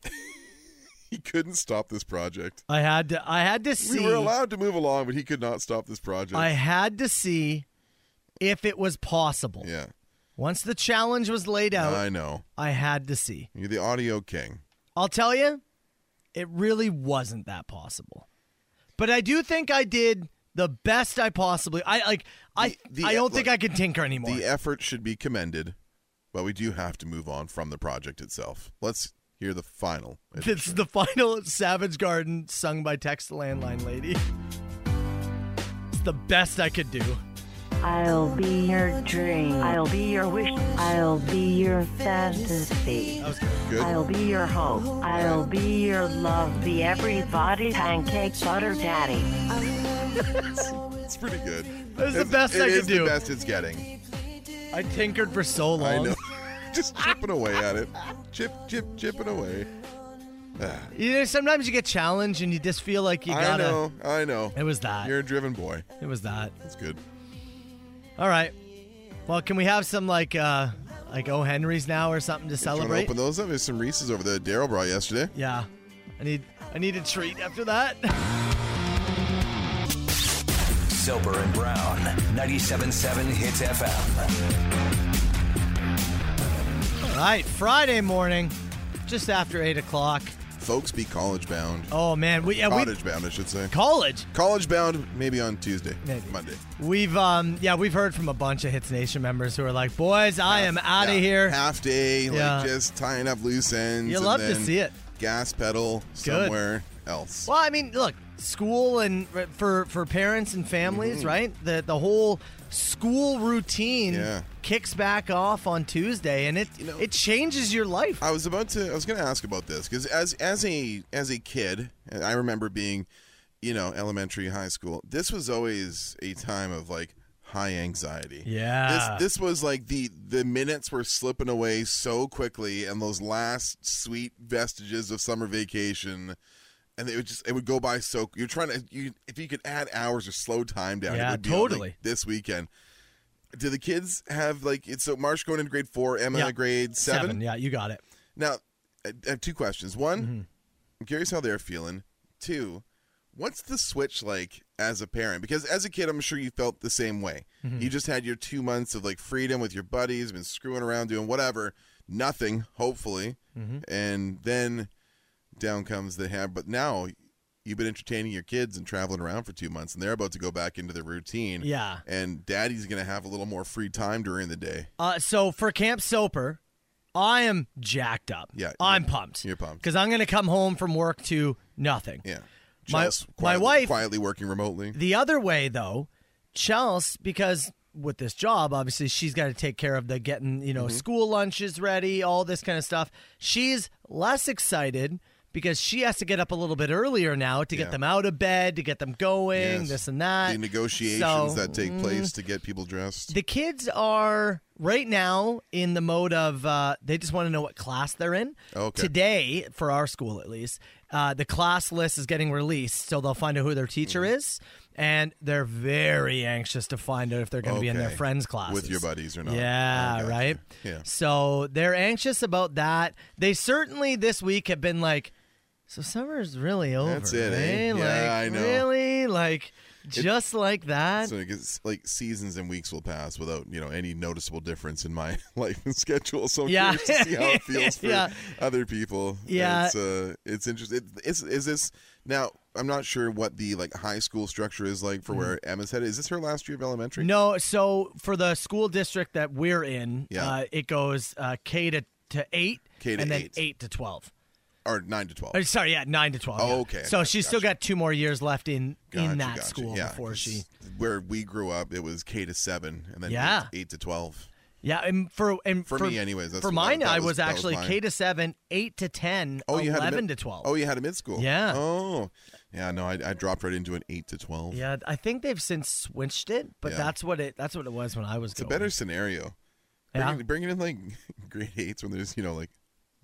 He couldn't stop this project.
I had to I had to see
We were allowed to move along, but he could not stop this project.
I had to see if it was possible.
yeah.
Once the challenge was laid out,
I know.
I had to see.
You're the audio king.
I'll tell you, it really wasn't that possible. But I do think I did the best I possibly. I like. I
The- the-
I don't think
look,
I can tinker anymore.
The e, effort should be commended, but we do have to move on from the project itself. Let's hear the final.
*laughs* This is the final Savage Garden sung by Text the Landline Lady. It's the best I could do.
I'll be your dream. I'll be your wish. I'll be your fantasy.
That was good.
Good.
I'll be your hope. I'll be your love. Be everybody pancake butter daddy.
It's pretty good.
That was the
It's-
best I
It
could
is the
do.
best it's getting.
I tinkered for so long.
I know. Just chipping away at it. Chip, chip, chipping away.
You know, sometimes you get challenged and you just feel like you
I
gotta.
know. I know.
It was that.
You're a driven boy.
It was that.
That's good.
All right. Well, can we have some like uh like O Henry's now or something to
Do you want to
celebrate?
open those up? There's some Reese's over there that Daryl brought yesterday.
Yeah. I need I need a treat after that. *laughs*
Silver and Brown. 97.7 Hits FM.
All right, Friday morning, just after eight o'clock.
Folks be college bound.
Oh man, we yeah we
Cottage bound, I should say.
college.
College bound, maybe on Tuesday,
Maybe.
Monday.
We've um yeah we've heard from a bunch of Hits Nation members who are like, boys, I am out of
Yeah,
here.
Half day,
Yeah.
like just tying up loose ends.
You
and
love to
then
see it.
Gas pedal somewhere. else.
Well, I mean, look, school and uh, for for parents and families,
Mhm.
right? The the whole school routine
Yeah.
kicks back off on Tuesday, and it it changes your life.
I was about to. I was going to ask about this because as as a as a kid, and I remember being, you know, elementary, high school. This was always a time of like high anxiety.
Yeah.
This this was like the the minutes were slipping away so quickly, and those last sweet vestiges of summer vacation. And it would just it would go by so you're trying to you if you could add hours or slow time down it
Yeah,
would be like
totally.
this weekend. Do the kids have like it's so Marsh going into grade four, Emma
Yeah.
grade seven?
Yeah, you got it.
Now, I I have two questions. One,
Mm-hmm.
I'm curious how they're feeling. Two, what's the switch like as a parent? Because as a kid, I'm sure you felt the same way.
Mm-hmm.
Mhm.
You just had your two months of like freedom with your buddies, been screwing around, doing whatever, nothing, hopefully.
Mm-hmm.
Mhm.
And then down comes the hammer. But now you've been entertaining your kids and traveling around for two months, and they're about to go back into their routine.
Yeah.
And daddy's going to have a little more free time during the day.
Uh, so for Camp Soper, I am jacked up.
Yeah.
I'm pumped.
You're pumped.
because I'm going to come home from work to nothing.
Yeah.
My,
Chels
my
quietly-
wife
quietly working remotely.
The other way, though, Chels, because with this job, obviously she's got to take care of the getting, you know,
Mm-hmm.
Mhm.
school lunches ready, all this kind of stuff. She's less excited because she has to get up a little bit earlier now to
Yeah.
get them out of bed, to get them going,
Yes.
this and that.
the negotiations
Uh, So,
that take
mm,
place to get people dressed.
The kids are right now in the mode of uh, they just want to know what class they're in.
Okay.
Today, for our school at least, uh, the class list is getting released, so they'll find out who their teacher
Mm-hmm.
is, and they're very anxious to find out if they're going to be in their
Okay.
friends' class
With your buddies or not. I
Yeah,
gotcha.
right.
Yeah.
So they're anxious about that. They certainly this week have been like, so summer's really over.
That's it, eh?
eh? Like,
Yeah, I know.
Really, like just like that.
So it gets, like seasons and weeks will pass without you know any noticeable difference in my *laughs* life and schedule. So I'm
Yeah.
curious to see
*laughs*
how it feels for
Yeah.
other people.
Yeah.
it's, uh, it's interesting. It- Is is this now? I'm not sure what the like high school structure is like for where Emma's headed. Is this her last year of elementary?
Mm-hmm. No, so for the school district that we're in,
Yeah.
uh, it goes uh, K to, to 8
K to
and then
eight.
8 to 12.
or nine to twelve.
Oh, sorry, yeah, 9 to 12.
Oh,
yeah.
okay,
So
gotcha,
she's still got two more years left in, in that school before
'cause
she.
where we grew up, it was K to seven, and then
Yeah.
eight, eight to twelve.
Yeah, and for and
For me anyways, that's
for
what-
mine,
that
I
was-
was
that was
actually
mine.
K to 7, 8 to 10, 11
mid-
to 12.
Oh, you had a mid school.
Yeah.
Oh, yeah. No, I, I dropped right into an eight to twelve.
Yeah, I think they've since switched it, but
Yeah.
that's what it that's what it was when I was
It's a better scenario.
Yeah.
Bringing, bringing in like *laughs* grade eights when there's you know like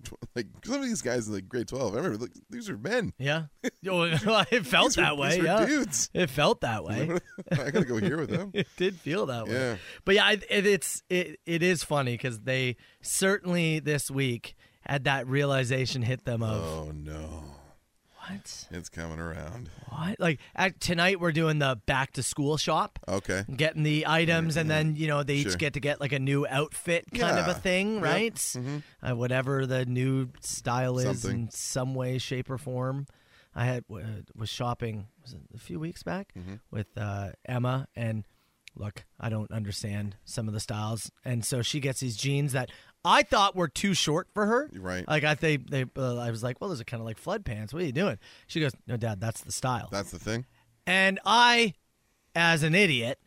tw- like some of these guys in like grade twelve. I remember like, these are men. *laughs*
Yeah. Oh, *laughs* it felt
These were-
that way.
these were
yeah. *laughs*
dudes. *laughs*
It felt that way.
I gotta go here with them.
*laughs* it did feel that way.
Yeah.
But yeah, it, it, it's it, it is funny because they certainly this week had that realization hit them of
Oh no,
what?
It's coming around.
what? Like at, tonight we're doing the back to school shop.
Okay.
Getting the items, and then you know they
Sure.
each get to get like a new outfit, kind of
Yeah.
a thing,
Yep.
right?
Mhm.
Uh, whatever the new style is,
Something.
in some way, shape, or form. I had uh, was shopping was it a few weeks back
Mm-hmm.
with uh, Emma, and look, I don't understand some of the styles, and so she gets these jeans that I thought were too short for her.
Right.
Like I they they uh, I was like, well, those are kind of like flood pants. What are you doing? She goes, no, Dad, that's the style.
That's the thing.
And I, as an idiot,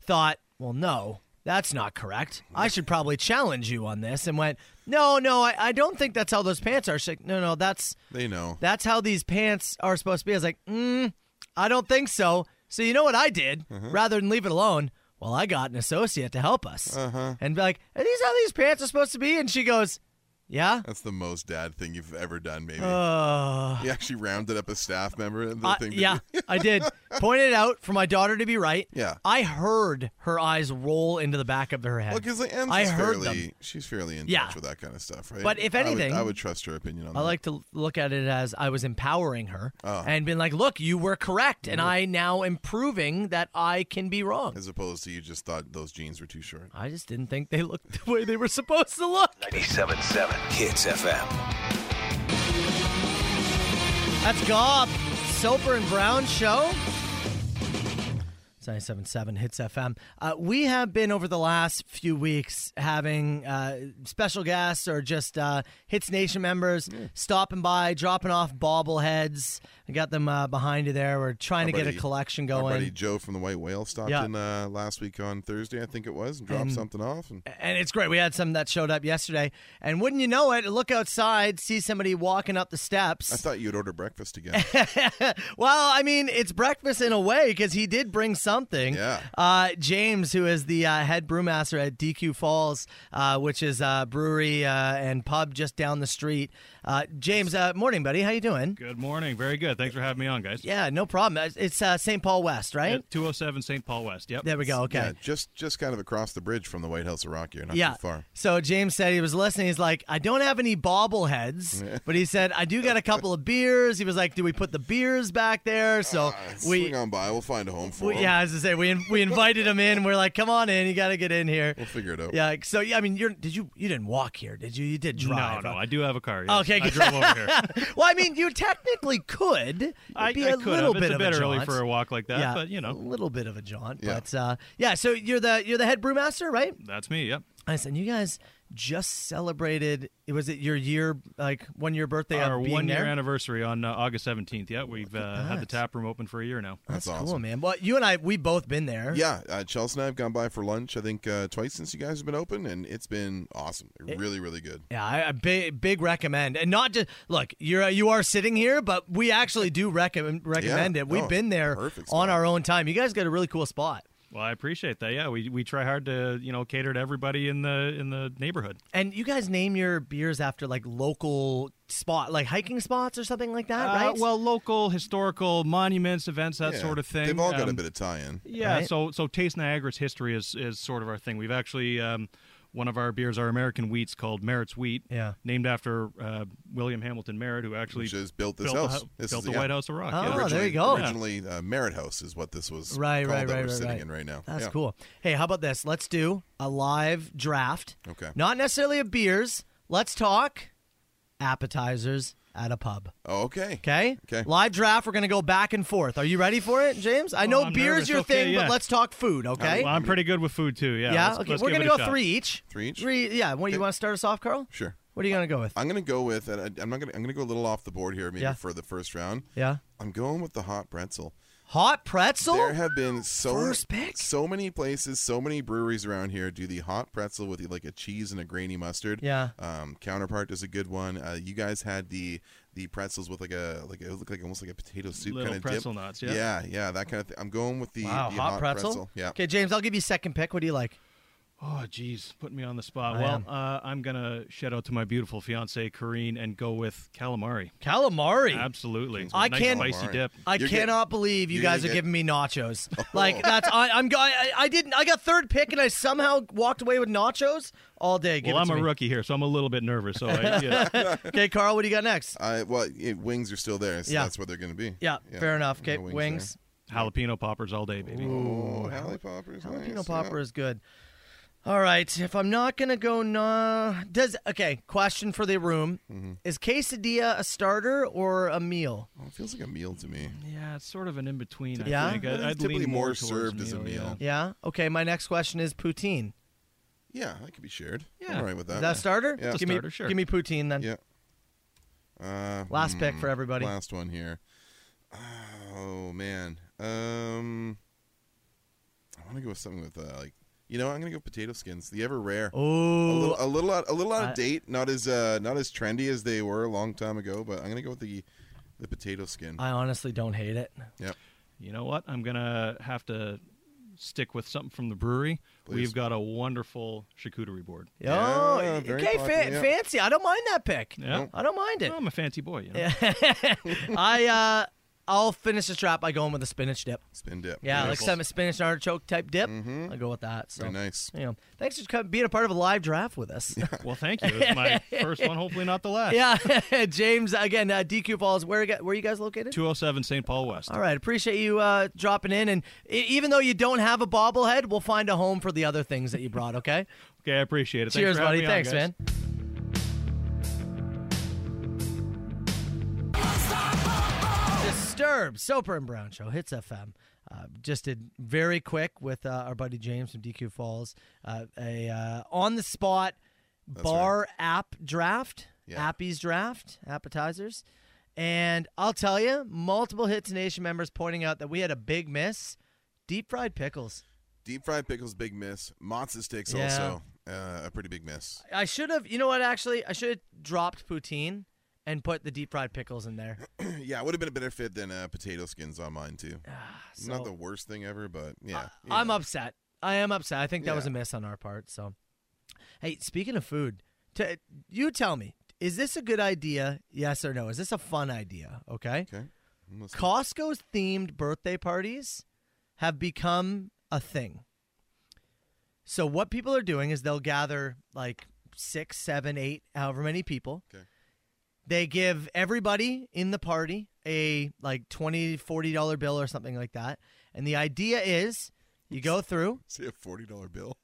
thought, well, no, that's not correct. I should probably challenge you on this and went, no, no, I, I don't think that's how those pants are. She's like, no, no, that's
They know.
that's how these pants are supposed to be. I was like, mm, I don't think so. So you know what I did?
Mm-hmm.
Rather than leave it alone, well, I got an associate to help us uh-huh. and be like, are these how these pants are supposed to be? And she goes, yeah.
That's the most dad thing you've ever done, maybe.
Uh,
you actually rounded up a staff member. The
Uh,
thing that
yeah,
*laughs*
I did. Pointed it out for my daughter to be right.
Yeah.
I heard her eyes roll into the back of her head.
Well, because like, Em's
I
is
heard
fairly,
them.
she's fairly in
Yeah.
touch with that kind of stuff, right?
But if
I would-
anything-
I would, trust her opinion on
I
that.
like to look at it as I was empowering her
Oh.
and being like, look, you were correct, and I now am proving that I can be wrong.
As opposed to you just thought those jeans were too short.
I just didn't think they looked *laughs* the way they were supposed to look.
97.7 Hits FM.
That's Gob, Soper and Brown show. It's 97.7 Hits FM. Uh, we have been over the last few weeks having uh, special guests or just uh, Hits Nation members stopping by, dropping off bobbleheads. We got them uh, behind you there. We're trying to
Our
get
buddy-
a collection
Our
going.
buddy Joe from the White Whale stopped
Yeah.
in uh, last week on Thursday, I think it was, and dropped
And- eh,
something off. And
And it's great. We had some that showed up yesterday. And wouldn't you know it, look outside, see somebody walking up the steps.
I thought you'd order breakfast
*laughs*
again.
well, I mean, it's breakfast in a way because he did bring something.
Yeah.
Uh, James, who is the uh, head brewmaster at DQ Falls, uh, which is a brewery uh, and pub just down the street. Uh, James, uh, morning, buddy. How you doing?
Good morning. Very good. Thanks for having me on, guys.
Yeah, no problem. It's- It's uh, St. Paul West, right?
Yeah, 207 St. oh Paul West. Yep.
There we go. Okay.
Yeah, just just kind of across the bridge from the White House of Rock. You're not
yeah.
too far.
So James said he was listening. He's like, I don't have any bobbleheads, but he said I do got a couple of beers. He was like, Do we put the beers back there? So
Ah,
we
Swing on by. We'll find a home for
We,
him.
yeah, as I say, we in, we invited him in. We're like, come on in, you got to get in here.
We'll figure it out.
Yeah, so yeah, I mean, you're did you you didn't walk here, did you? You did drive.
No, no,
huh?
I do have a car. yes.
Okay,
I
good.
drove
*laughs*
over here.
well, I mean, you technically could. It'd
I-
be
I
a
could
little
have. It's
bit
a
of
bit
a
early
jaunt.
for a walk like that,
Yeah,
but, you know.
a little bit of a jaunt.
Yeah.
But uh, yeah, so you're the you're the head brewmaster, right?
That's me. Yep.
I said you guys just celebrated. Was it your year, like one year birthday
Our
of being
one year
there?
anniversary on uh, August 17th. Yeah, we've uh, had the
that.
tap room open for a year now.
That's, cool, man. Well, you and I, we both been there.
Yeah, uh, Chelsea and I have gone by for lunch. I think uh, twice since you guys have been open, and it's been awesome. really, really good.
Yeah, I, I big, big recommend, and not just look. You're you are sitting here, but we actually do recommend recommend
Yeah,
it. We've
no,
been there
perfect
on our own time. You guys got a really cool spot,
Well, I appreciate that. Yeah, we, we try hard to you know cater to everybody in the in the neighborhood.
and you guys name your beers after like local spot, like hiking spots or something like that,
Uh,
right?
well, local historical monuments, events, that
Yeah,
sort of thing.
They've all got a
Um,
bit of tie-in.
Yeah,
Right?
so so Taste Niagara's history is is sort of our thing. We've actually um, one of our beers, our American wheats, called Merritt's Wheat,
Yeah.
named after uh, William Hamilton Merritt, who actually
Which is built this
the
house.
hu-
This
built
is
the
yeah.
White House of Rock.
Oh,
yeah.
there
originally,
you go.
Originally, uh, Merritt House is what this was
right,
called
right,
that
right,
we're
right,
sitting
right.
in right now.
That's
Yeah.
cool. Hey, how about this? Let's do a live draft.
Okay.
Not necessarily of beers. Let's talk appetizers at a pub.
Oh, Okay.
Okay.
Okay.
Live draft. We're gonna go back and forth. Are you ready for it, James? I
Oh,
know
I'm
beer's
nervous.
your
Okay,
thing,
yeah. Uh,
but let's talk food. Okay.
Well, I'm pretty good with food too. Yeah.
Yeah,
let's-
okay,
let's
we're
give
gonna
it a
go
shot.
three each.
Three each.
Three, yeah. What do you want to start us off, Carl?
Sure.
What are you gonna go with?
I'm gonna go with, and I- I'm not gonna. I'm gonna go a little off the board here, maybe
Yeah.
for the first round.
Yeah.
I'm going with the hot pretzel.
Hot pretzel.
There have been so
Oh, First pick?
so many places, so many breweries around here do the hot pretzel with like a cheese and a grainy mustard.
Yeah.
Um, Counterpart does a good one. Uh, you guys had the the pretzels with like a like it looked like almost like a potato soup
Little
kind of
pretzel
dip.
knots, yeah.
Yeah, yeah, that kind of thing. I'm going with the,
wow,
the
hot, pretzel.
Yeah.
Okay, James, I'll give you second pick. What do you like?
Oh, geez, putting me on the spot.
I
well,
am.
uh, I'm gonna shout out to my beautiful fiance Corrine and go with calamari.
Calamari.
Absolutely.
I
nice
can
spicy dip.
I cannot believe you
you're
guys are
gonna get-
giving me nachos. Like that's I, I'm go- I, I didn't I got third pick and I somehow walked away with nachos all day. Give
Well,
it
I'm
to
a
me.
rookie here, so I'm a little bit nervous. So
*laughs*
I, yeah.
okay, Carl, what do you got next?
Uh, well, it, wings are still there, so
Yeah.
that's what they're going to be.
Yeah, fair enough.
no
Okay, wings.
there. Jalapeno poppers all day, baby.
Ooh, Hallie Oh, Popper's
Jalapeno
nice,
popper
yeah.
is good. All right, if I'm not gonna go, nah. Does okay? Question for the room:
Mm-hmm.
Is quesadilla a starter or a meal?
Oh, it feels like a meal to me.
Yeah, it's sort of an in between.
Yeah?
I think.
It's
I, I'd
typically
lean
more
towards
served as a
yeah.
meal.
Yeah. Okay. My next question is poutine.
Yeah, that could be shared.
Yeah.
I'm all right with that.
Is that a starter?
Uh, Yeah.
Give me, Give me poutine then.
Yeah. Uh,
Last pick for everybody.
Last one here. Oh man. Um, I want to go with something with uh, like you know I'm gonna go potato skins. The ever rare. a
Ooh.
little a little out, a little out
Oh. I-
of date. Not as uh not as trendy as they were a long time ago. But I'm gonna go with the the potato skin.
I honestly don't hate it.
yep.
You know what? I'm gonna have to stick with something from the brewery.
Please.
We've got a wonderful charcuterie board.
oh,
Yeah, very
okay,
popular,
fa-
yeah.
fancy. I don't mind that pick.
Yeah.
I don't
*laughs*
mind it.
Well, I'm a fancy boy. You know?
I uh, I'll finish this trap by going with a spinach dip.
Spin dip.
Yeah, like
Beautiful. Mm-hmm.
some spinach and artichoke type dip. I'll go with that. So
Very nice.
You know, thanks for co- being a part of a live draft with us. *laughs*
Well, thank you. It's my first one. Hopefully, not the last.
Yeah, *laughs* James. Again, uh, DQ Falls. Where you gu- where you guys located?
207 St. oh Paul West.
All right, appreciate you uh, dropping in, and I- even though you don't have a bobblehead, we'll find a home for the other things that you brought. Okay.
Okay, I appreciate it. Thanks
Cheers,
for having
buddy.
me
Thanks,
on, guys.
man. Just Disturbed, Soper and Brown Show, Hits FM. Uh, just did very quick with uh, our buddy James from DQ Falls, uh, a uh, on the spot bar app draft, Appy's draft, appetizers. And I'll tell you, multiple Hits Nation members pointing out that we had a big miss deep fried pickles.
Deep fried pickles, big miss. Matzo sticks
Yeah.
also uh, a pretty big miss.
I should have, you know what, actually? I should have dropped poutine and put the deep fried pickles in
*laughs*
there.
*clears throat* yeah, it would have been a better fit than uh, potato skins on mine too.
Ah, so-
Not the worst thing ever, but yeah. you
I'm
know.
upset. I am upset. I think that was
Yeah.
a miss on our part. So, hey, speaking of food, t- you tell me, is this a good idea? Yes or no? Is this a fun idea? Okay.
Okay.
Costco's themed birthday parties have become a thing. So what people are doing is they'll gather like six, seven, eight, however many people.
Okay.
They give everybody in the party a like 20 40 dollar bill or something like that. And the idea is you go through
See a forty dollar bill.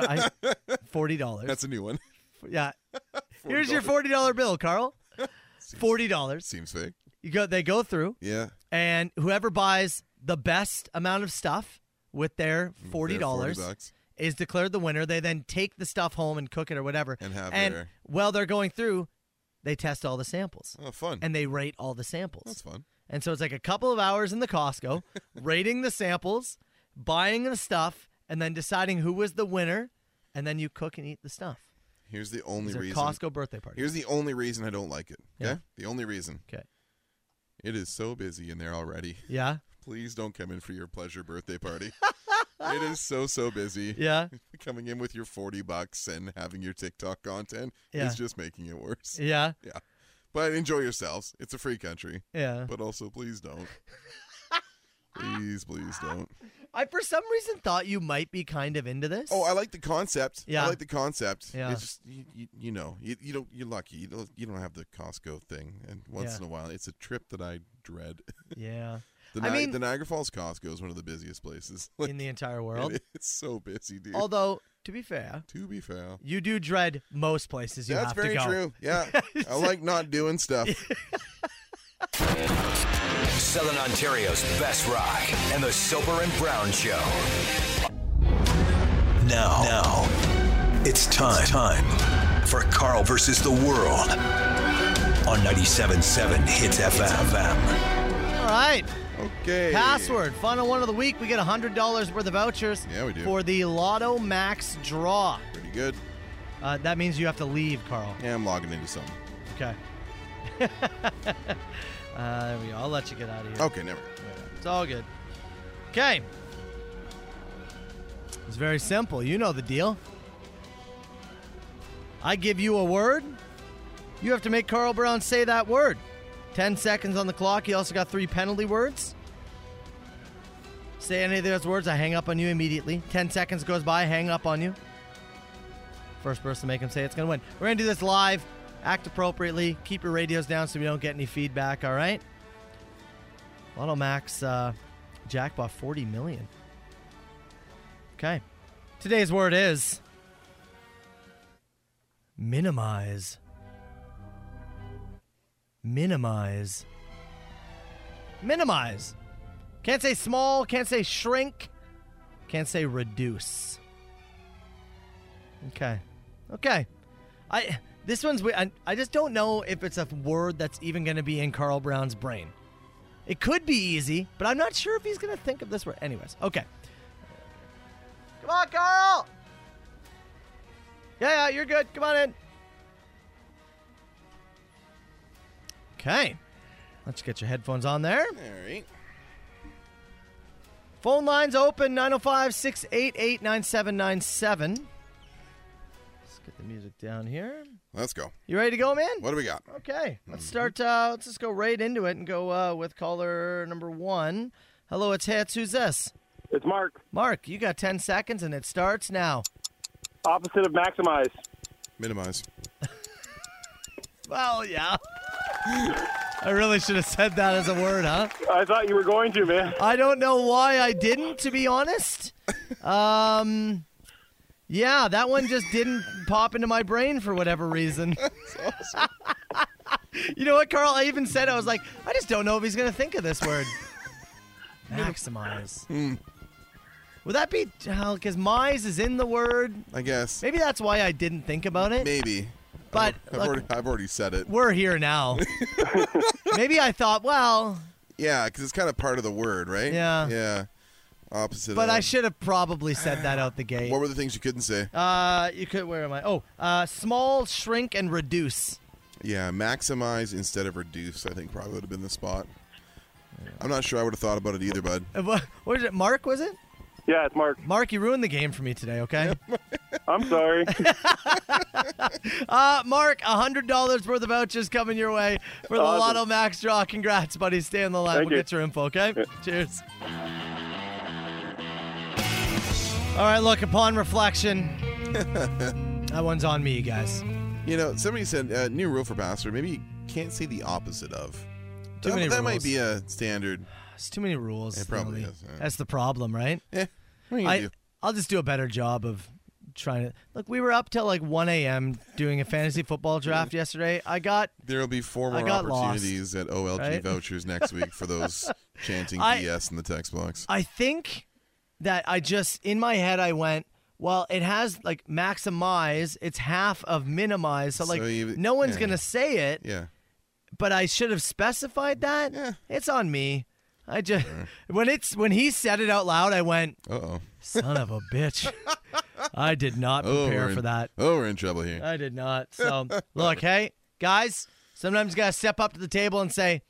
*laughs*
I, forty dollars.
That's a new one. *laughs*
yeah. Here's your forty dollar bill, Carl. Forty dollars.
Seems fake.
You go. They go through,
Yeah.
and whoever buys the best amount of stuff with their forty dollars
bucks.
is declared the winner. They then take the stuff home and cook it or whatever.
And have
and
their-
while they're going through, they test all the samples.
Oh, fun.
And they rate all the samples.
That's fun.
And so it's like a couple of hours in the
*laughs*
Costco, rating the samples, buying the stuff, and then deciding who was the winner, and then you cook and eat the stuff.
Here's the only
These are
reason.
Costco birthday parties.
Here's the only reason I don't like it. Okay.
Yeah.
The only reason.
Okay.
It is so busy in there already. *laughs*
Yeah.
Please don't come in for your pleasure birthday party. it is so so busy.
*laughs*
*laughs*
Yeah.
Coming in with your forty bucks and having your TikTok content
Yeah.
is just making it worse.
Yeah.
Yeah. But enjoy yourselves. It's a free country.
Yeah.
But also please
*laughs*
don't. please, please don't.
I for some reason thought you might be kind of into this.
Oh, I like the concept.
Yeah.
I like the concept.
Yeah.
It's just you, you, you know, you, you don't you're lucky. You don't you don't have the Costco thing. And once
Yeah.
in a while it's a trip that I dread. *laughs*
yeah.
The,
I
Ni-
mean-
the Niagara Falls Costco is one of the busiest places *laughs*
in the entire world.
It's so busy, dude.
Although, to be fair,
to be fair,
you do dread most places you
that's
have to go.
very
*laughs*
true. Yeah, I like not doing stuff.
Southern Ontario's best rock and the Soper and Brown Show. Now, now, it's time, time for Carl versus the world on 97.7 Hits FM.
All right.
Okay.
Password. Final one of the week. We get $100 worth of vouchers
Yeah, we do.
for the Lotto Max draw.
Pretty good.
Uh, that means you have to leave, Carl.
Yeah, I'm logging into something.
Okay. *laughs* uh, there we go. I'll let you get out of here.
Okay, never. mind.
It's all good. Okay. It's very simple. You know the deal. I give you a word. You have to make Carl Brown say that word. 10 seconds on the clock. You also got three penalty words. Say any of those words, I hang up on you immediately. 10 seconds goes by, hang up on you. First person to make him say it's going to win. We're going to do this live. Act appropriately. Keep your radios down so we don't get any feedback, all right? Lotto Max uh, jackpot 40 million. Okay. Today's word is minimize. Minimize. Minimize. Can't say small, can't say shrink, can't say reduce. Okay. Okay. I this one's we- I, I just don't know if it's a word that's even going to be in Carl Brown's brain. It could be easy, but I'm not sure if he's going to think of this word. Anyways, okay. Come on, Carl. Yeah, yeah, you're good. Come on in. Okay. Let's get your headphones on there.
All right.
Phone lines open 905 688 9797. Let's get the music down here.
Let's go.
You ready to go, man?
What do we got?
Okay, let's start. Uh, let's just go right into it and go uh, with caller number one. Hello, it's Hits. Who's this?
It's Mark.
Mark, you got 10 seconds and it starts now.
Opposite of maximize.
*laughs*
Minimize.
Well, yeah. I really should have said that as a word, huh?
I thought you were going to, man.
I don't know why I didn't, to be honest. Um, yeah, that one just didn't pop into my brain for whatever reason. You know what, Carl? I even said I was like, I just don't know if he's gonna think of this word. Maximize.
Hmm.
Would that be because mise is in the word?
I guess.
Maybe that's why I didn't think about it.
Maybe.
But
I've,
look,
already, I've already said it.
we're
*laughs*
here now. Maybe I thought, well,
Yeah, because it's kind of part of the word, right?
Yeah.
Yeah. Opposite.
but
of.
I should have probably said that out the gate.
What were the things you couldn't say?
Uh, you could. Where am I? Oh, uh, small, shrink, and reduce. *laughs*
Yeah, maximize instead of reduce. I think probably would have been the spot. I'm not sure I would have thought about it either, bud.
Uh, What, what is it? Mark was it?
Yeah, it's Mark.
Mark, you ruined the game for me today. Okay. *laughs*
I'm sorry.
uh, Mark, hundred dollars worth of vouchers coming your way for the
Awesome.
Lotto Max draw. Congrats, buddy. Stay on the line.
Thank
we'll
you.
get your info. Okay. Cheers. All right. Look, upon reflection,
*laughs*
that one's on me, you guys.
You know, somebody said uh, new rule for pastor. Maybe you can't say the opposite of.
Too
that
many
that might
rules.
be a standard.
It's too many rules.
It probably
Emily.
is, yeah.
That's the problem, right?
Yeah. Eh, What are you gonna
I,
do?
I'll just do a better job of trying to. Look, we were up till like 1 a.m. doing a
*laughs*
fantasy football draft yesterday. I got.
There will be four
I
more
got lost,
opportunities at OLG
right? *laughs*
vouchers next week for those chanting
I-
BS in the text box.
I think that I just in my head I went. Well, it has like maximize. It's half of minimize. So like
So you-
no one's
yeah.
gonna say it.
yeah.
But I should have specified that. It's on me. I just *laughs* when it's when he said it out loud, I went,
Uh oh.
"Son of a
*laughs*
bitch." I did not prepare for that. Uh,
Oh, we're in trouble here.
I did not. So look, hey guys, sometimes you gotta step up to the table and say,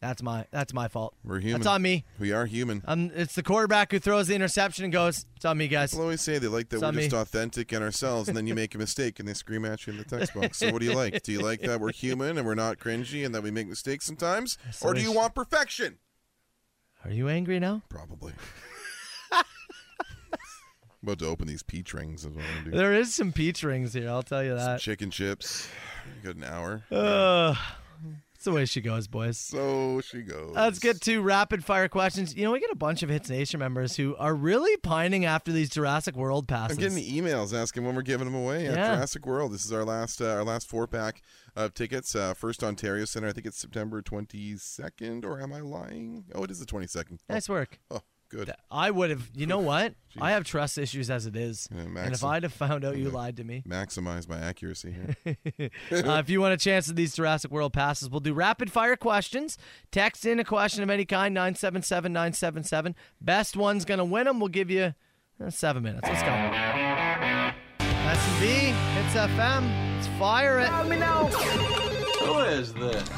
"That's my that's my fault.
We're human.
That's on me."
We are human.
Um, it's the quarterback who throws the interception and goes, "It's on me, guys."
People always say they like that
It's
we're
on
just
me.
authentic in ourselves, and then you make a mistake and they scream at you in the text box. So what do you like? Do you like that we're human and we're not cringy and that we make mistakes sometimes,
So
or do
we
you
sh-
want perfection?
Are you angry now?
Probably. *laughs* I'm about to open these peach rings. Is what I'm gonna do.
There is some peach rings here. I'll tell you
Some
that.
chicken chips. Got an hour.
Uh, that's the way she goes, boys.
So she goes.
Let's get to rapid fire questions. You know, we get a bunch of Hits Nation members who are really pining after these Jurassic World
I'm
passes.
getting the emails asking when we're giving them away at
Yeah.
Jurassic World. This is our last uh, our last four pack of tickets. Uh, first Ontario Center. I think it's September 22nd, or am I lying? Oh, it is the 22nd. Oh,
nice work.
Oh, good.
I would have.
*laughs*
You know what? I have trust issues as it is, and if
Maxim-
I'd have found out you
Yeah.
lied to me.
Maximize my accuracy here.
uh, if you want a chance at these Jurassic World passes, we'll do rapid fire questions. Text in a question of any kind, 977 977. Best one's going to win them. We'll give you uh, seven minutes. Let's go. S&B, it's FM. Let's fire it. Let me know.
Who is this?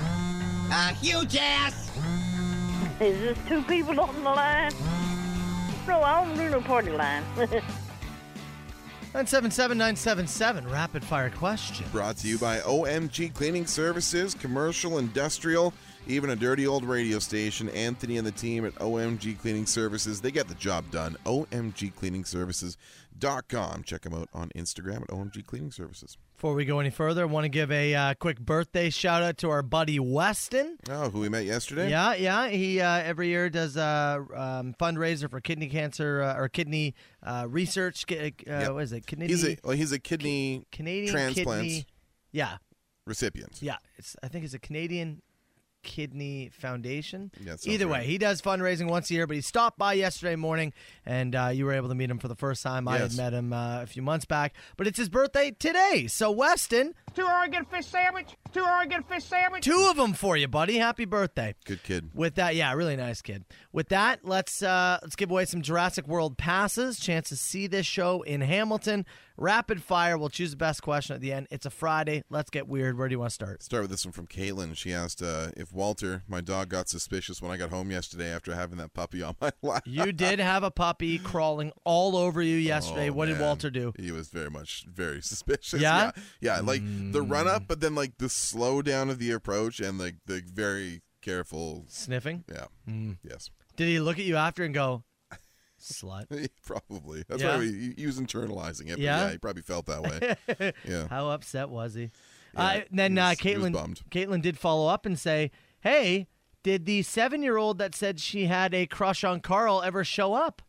A huge ass.
Is this two people on the line? No, I don't do no party line. *laughs*
977 977, rapid fire question.
Brought to you by OMG Cleaning Services, commercial, industrial, even a dirty old radio station. Anthony and the team at OMG Cleaning Services, they get the job done. OMGCleaningServices.com. Check them out on Instagram at OMG Cleaning Services.
Before we go any further, I want to give a uh, quick birthday shout out to our buddy Weston.
Oh, who we met yesterday?
Yeah, yeah. He uh, every year does a um, fundraiser for kidney cancer uh, or kidney uh, research. ki- Uh,
Yep.
What is it? Kidney.
He's a well, he's a kidney
Canadian
transplant
kidney. Yeah,
recipient.
yeah. It's I think it's a Canadian Kidney Foundation.
Yeah, that sounds
Either way,
right.
he does fundraising once a year. But he stopped by yesterday morning, and uh, you were able to meet him for the first time. I had
Yes.
met him uh, a few months back, but it's his birthday today. So Weston,
Two Oregon fish sandwich. Two Oregon fish sandwich.
two of them for you, buddy. Happy birthday.
Good kid.
With that, yeah, really nice kid. With that, let's uh, let's give away some Jurassic World passes. Chance to see this show in Hamilton. Rapid fire. We'll choose the best question at the end. It's a Friday. Let's get weird. Where do you want to start?
Start with this one from Caitlin. She asked uh, if Walter, my dog, got suspicious when I got home yesterday after having that puppy on *laughs* my lap.
You did have a puppy crawling all over you yesterday.
Oh,
what did
man.
Walter do?
He was very much very suspicious.
Yeah? Mm.
yeah, yeah, like the run up, but then like the slow down of the approach and like the very careful.
Sniffing.
Yeah.
Mm.
Yes. *laughs*
Did he look at you after and go, "Slut"?
probably. That's
Yeah?
why he, he was internalizing it. But
Yeah?
yeah. He probably felt that
*laughs*
way. yeah.
How upset was he?
Yeah,
uh, then
he
uh,
was- he was
Caitlin,
bummed.
Caitlin did follow up and say, "Hey, did the seven-year-old that said she had a crush on Carl ever show up?"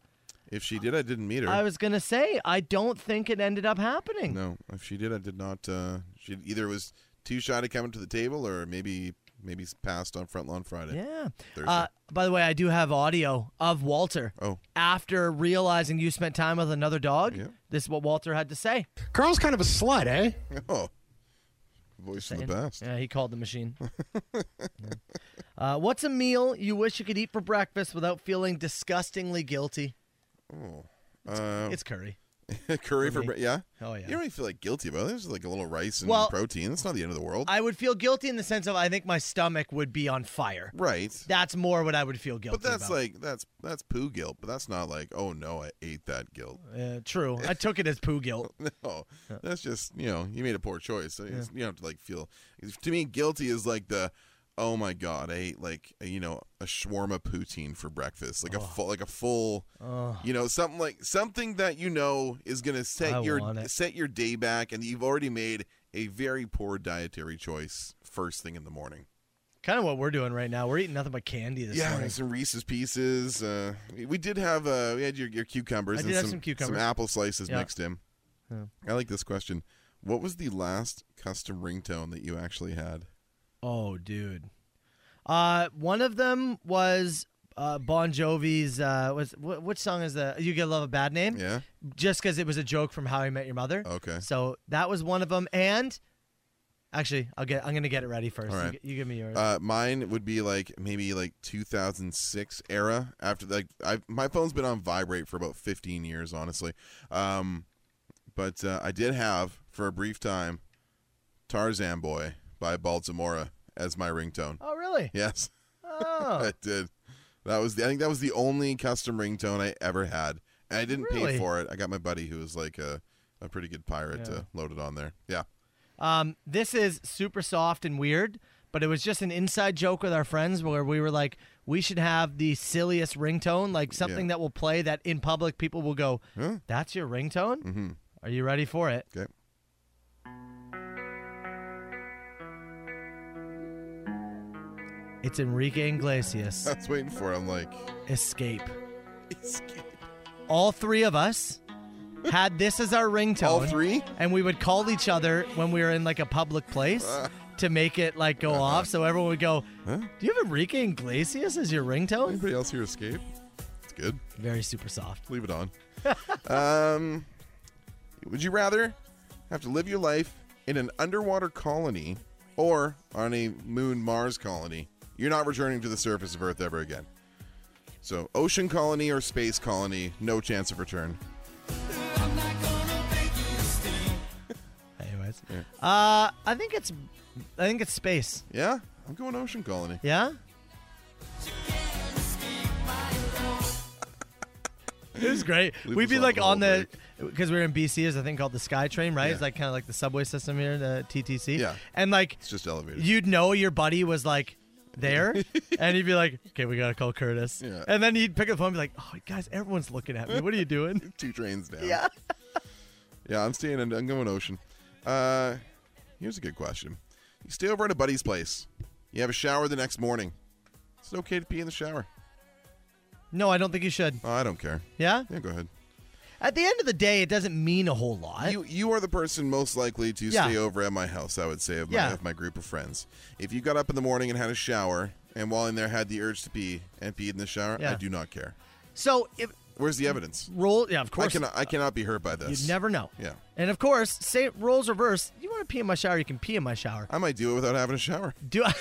If she did, I didn't meet her.
I was gonna say I don't think it ended up happening.
No, if she did, I did not. Uh, she either was too shy to come up to the table, or maybe maybe he's passed on Front Lawn Friday.
Yeah.
Thursday.
Uh, by the way, I do have audio of Walter.
Oh. *laughs*
After realizing you spent time with another dog, this is what Walter had to say.
Carl's kind of a slut, eh?
Oh. Voice
of
the best.
Yeah, he called
*laughs*
the machine. Yeah. uh, what's a meal you wish you could eat for breakfast without feeling disgustingly guilty?
Oh. Uh, *laughs*
it's curry.
curry for,
For me.
bre- yeah.
Oh, yeah.
You don't really feel like guilty about it. There's like a little rice and
Well-
protein. That's not the end of the world.
I would feel guilty in the sense of I think my stomach would be on fire.
Right.
That's more what I would feel guilty
But that's
about.
like that's that's poo guilt, but that's not like oh no, I ate that guilt.
Uh, true. I took it as
*laughs*
poo guilt.
No, that's just you know you made a poor choice. So it's- You don't have to like feel. To me, guilty is like the oh my god, I ate like a, you know a shawarma poutine for breakfast, like a full, like a full,
Oh.
you know something like something that you know is gonna set
I want
your
it.
set your day back, and you've already made a very poor dietary choice first thing in the morning.
Kind of what we're doing right now. We're eating nothing but candy this
Yeah,
morning.
and some Reese's pieces. Uh, we- we did have uh, we had your, your cucumbers
I
and
did have
some,
some cucumbers.
apple slices
Yeah.
mixed in.
Yeah.
I like this question. What was the last custom ringtone that you actually had?
Oh, dude. Uh, one of them was uh, Bon Jovi's. Uh, was wh- which song is the "You Gotta Love a Bad Name"?
Yeah.
Just because it was a joke from How I Met Your Mother. Okay. So that was one of them, and actually, I'll get. I'm gonna get it ready first.
All
You
right.
g- You, give me yours.
Uh, mine would be like maybe like 2006 era. After like I my phone's been on vibrate for about 15 years, honestly. Um, but uh, I did have for a brief time Tarzan Boy by Baltimore as my ringtone.
oh, really?
Yes. *laughs*
Oh.
I did. That was the, I think that was the only custom ringtone I ever had, and I didn't
Really?
pay for it. I got my buddy who was like a, a pretty good pirate
Yeah.
to load it on there. Yeah. *laughs*
Um, this is super soft and weird, but it was just an inside joke with our friends where we were like, we should have the silliest ringtone, like something that will play that in public people will go, "That's your ringtone." Mm-hmm. Are you ready for it?
Okay.
It's Enrique Iglesias. *laughs*
I was waiting for. It. I'm like,
escape. All three of us had this as our ringtone. All three, Oh, and we would call each other when we were in like a public
*laughs*
place to make it like go
Uh-huh.
off. So everyone would go, "Do you have Enrique Iglesias as your ringtone?"
Anybody else hear Escape? It's good.
Very super soft.
Leave it on. *laughs* um, would you rather have to live your life in an underwater colony or on a moon Mars colony? You're not returning to the surface of Earth ever again. So, ocean colony or space colony, no chance of return.
Anyways, uh, I think it's, I think it's space.
Yeah, I'm going ocean colony.
Yeah. *laughs* It was great.
Leave
We'd
us
be
on
like
the
on
whole
the because we were in BC. There's a thing called the Sky Train, right? It's like kind of like the subway system here, the TTC. Yeah. And like
it's just elevated.
You'd know your buddy was like
*laughs*
there, and he'd be like, "Okay, we gotta call Curtis."
Yeah.
And then he'd pick up the phone, and be like, "Oh, guys, everyone's looking at me. What are
*laughs*
you doing?"
Two trains down.
Yeah.
Yeah, I'm staying. in- I'm going ocean. Uh, here's a good question. You stay over at a buddy's place. You have a shower the next morning. Is it okay to pee in the shower?
No, I don't think you should.
Oh, I don't care.
Yeah.
Yeah, go ahead.
At the end of the day, it doesn't mean a whole lot.
You you are the person most likely to
Yeah.
stay over at my house. I would say of my
Yeah.
of my group of friends. If you got up in the morning and had a shower, and while in there had the urge to pee and peed in the shower, I
Yeah.
do not care.
So if
Where's the evidence?
roll, yeah, of course.
I cannot. I cannot be hurt by this.
You never know.
Yeah.
And of course, say roles reverse. You want to pee in my shower? You can pee in my shower.
I might do it without having a shower. *laughs*
Do I?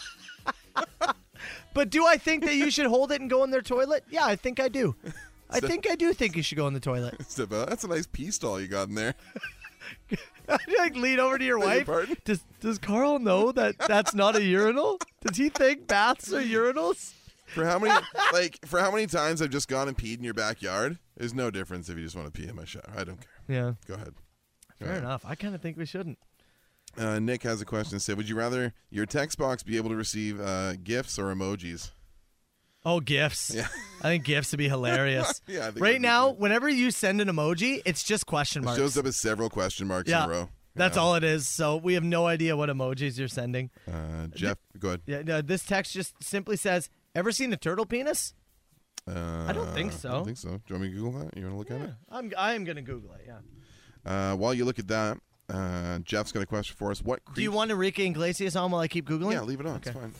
*laughs* but do I think that you should hold it and go in their toilet? Yeah, I think I do.
*laughs*
I think I do think you should go in the toilet.
Isabel, that's a nice pee stall you got in there.
*laughs* you like lean over to your
Beg your
wife.
pardon?
Does Does Carl know that that's not a urinal? Does he think baths are urinals?
For how
*laughs*
many like for how many times I've just gone and peed in your backyard? There's no difference if you just want to pee in my shower. I don't care.
Yeah.
Go ahead.
Fair
All right.
enough. I kind of think we shouldn't.
Uh, Nick has a question. Said, would you rather your text box be able to receive uh, gifts or emojis?
Oh, gifts. Yeah. I think gifts would be hilarious.
*laughs* Yeah, I think that'd
right
be
now, whenever you send an emoji, it's just question
It
*laughs* marks.
shows up as several question marks
yeah.
in a row.
That's
Yeah.
all it is. So we have no idea what emojis you're sending.
Uh, Jeff, go ahead.
Yeah, no, this text just simply says, "Ever seen a turtle penis?"
Uh,
I don't think
I
so.
don't think so. Do you want me to Google that? You want to look at it?
I'm I am gonna Google it. Yeah.
Uh, while you look at that, Uh, Jeff's got a question for us. What
Do you want Enrique Iglesias on while I keep Googling?
Yeah, leave it on. It's fine.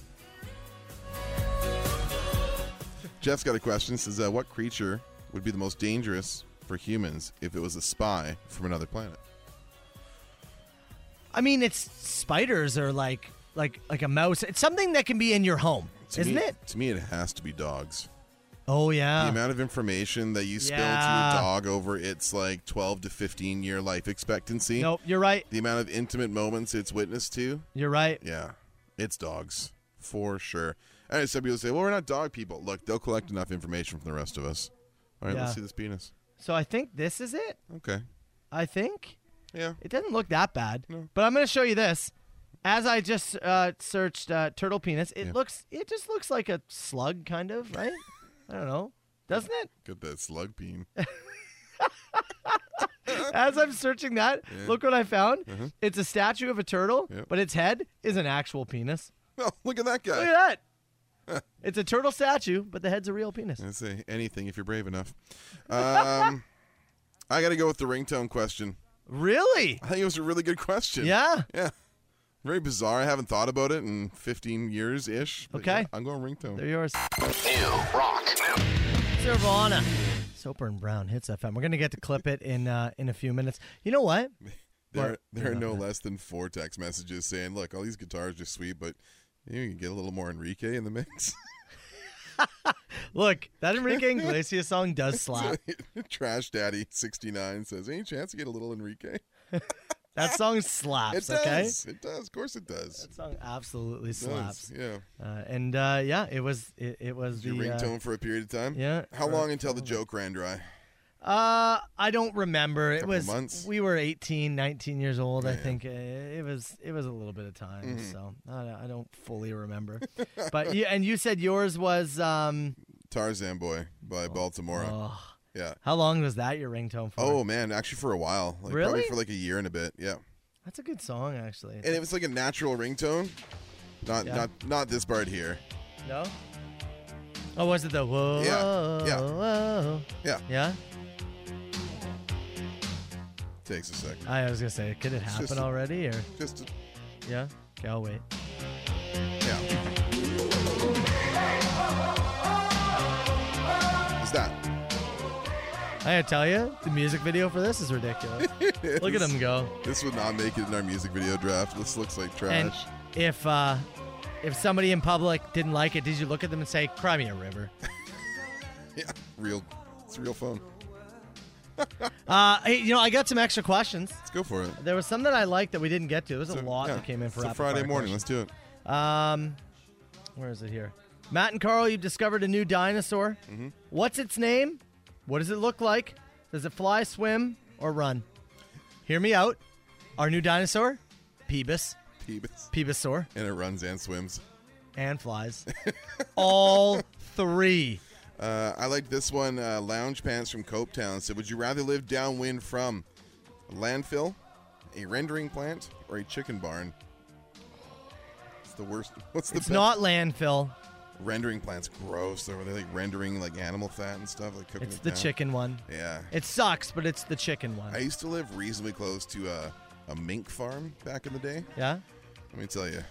Jeff's got a question. Says, uh, what creature would be the most dangerous for humans if it was a spy from another planet?
I mean, it's spiders or like like like a mouse. It's something that can be in your home,
To
isn't
me-
it?
To me, it has to be dogs.
Oh yeah.
The amount of information that you spill to
Yeah.
your dog over its like 12 to 15 year life expectancy.
Nope, you're right.
The amount of intimate moments it's witness to.
You're right.
Yeah, it's dogs for sure. And some people say, "Well, we're not dog people." Look, they'll collect enough information from the rest of us. All right,
Yeah.
let's see this penis.
So I think this is it.
Okay.
I think.
Yeah.
It doesn't look that bad. But I'm going to show you this. As I just uh, searched uh, turtle penis, it
Yeah.
looks it just looks like a slug
*laughs*
kind of, right? I don't know. Doesn't it?
Get that slug
*laughs*
bean.
As I'm searching that,
Yeah.
look what I found.
Mhm.
It's a statue of a turtle,
Yep.
but its head is an
*laughs*
actual penis.
*laughs* Oh, look at that guy.
Look at that. it's a turtle statue, but the head's a real penis.
I say anything if you're brave enough. Um, *laughs* I got to go with the ringtone question.
Really?
I think it was a really good question.
Yeah.
Yeah. Very bizarre. I haven't thought about it in 15 years ish.
Okay.
I'm going ringtone.
They're yours.
New rock.
Nirvana. Soper and Brown hits FM. We're gonna get to clip it in uh, in a few minutes. You know what?
There,
What?
there are no less than four text messages saying, "Look, all these guitars are sweet, but you can get a little more Enrique in the mix." *laughs*
Look, that Enrique Iglesias song does slap.
Trash Daddy sixty nine says, "Any chance to get a little Enrique?"
That song slaps.
it does.
Okay.
It does. Of course, it does. That
song absolutely slaps.
Yeah.
Uh, and uh, yeah, it was it, it was the
Your ringtone
uh,
for a period of time.
yeah,
How
for-
long until the joke ran dry?
Uh, I don't remember. It
Couple
was
months.
we were 18, 19 years old. I
Yeah.
think Uh, it was it was a little bit of time.
Mhm.
So I don't, I don't fully remember. but you, and you said yours was um
Tarzan Boy by Baltimore.
oh.
Yeah.
how long was that your ringtone for?
Oh man, actually for a while. Like
Really?
Probably for like a year and a bit. Yeah.
that's a good song actually.
And it was like a natural ringtone. Not
Yeah.
not not this part here.
no. Oh, was it the whoa?
Yeah, yeah.
whoa,
Yeah.
yeah.
Takes a second.
I was gonna say, could it
It's
happen
just a-
already or?
Just a-
Yeah. Okay, I'll wait.
Yeah. What's that?
I gotta tell you, the music video for this
*laughs*
is ridiculous. Look at
This-
him go.
This would not make it in our music video draft. This looks like
And
trash.
if uh, if somebody in public didn't like it, did you look at them and say, "Cry me a river"? *laughs*
*laughs* yeah. Real. It's real fun.
uh, hey, you know, I got some extra questions.
Let's go for it.
There was some that I liked that we didn't get to. There's a
So,
lot
yeah,
that came in for
It's a
rapid
Friday
fire
morning. Let's do it.
questions. Um, where is it here? Matt and Carl, you've discovered a new dinosaur.
Mhm.
What's its name? What does it look like? Does it fly, swim, or run? Hear me out. Our new dinosaur, Peebus,
Peebus.
Peebusaur,
And it runs and swims.
and
*laughs*
flies. All three.
Uh, I like this one. Uh, Lounge Pants from Copetown said, "Would you rather live downwind from a landfill, a rendering plant, or a chicken barn?" It's the worst. What's the
It's
best?
not landfill.
rendering plants gross. They're, they're like rendering like animal fat and stuff. Like cooking
It's
it
the
down.
chicken one.
Yeah.
It sucks, but it's the chicken one.
I used to live reasonably close to a, a mink farm back in the day.
Yeah?
Let me tell you,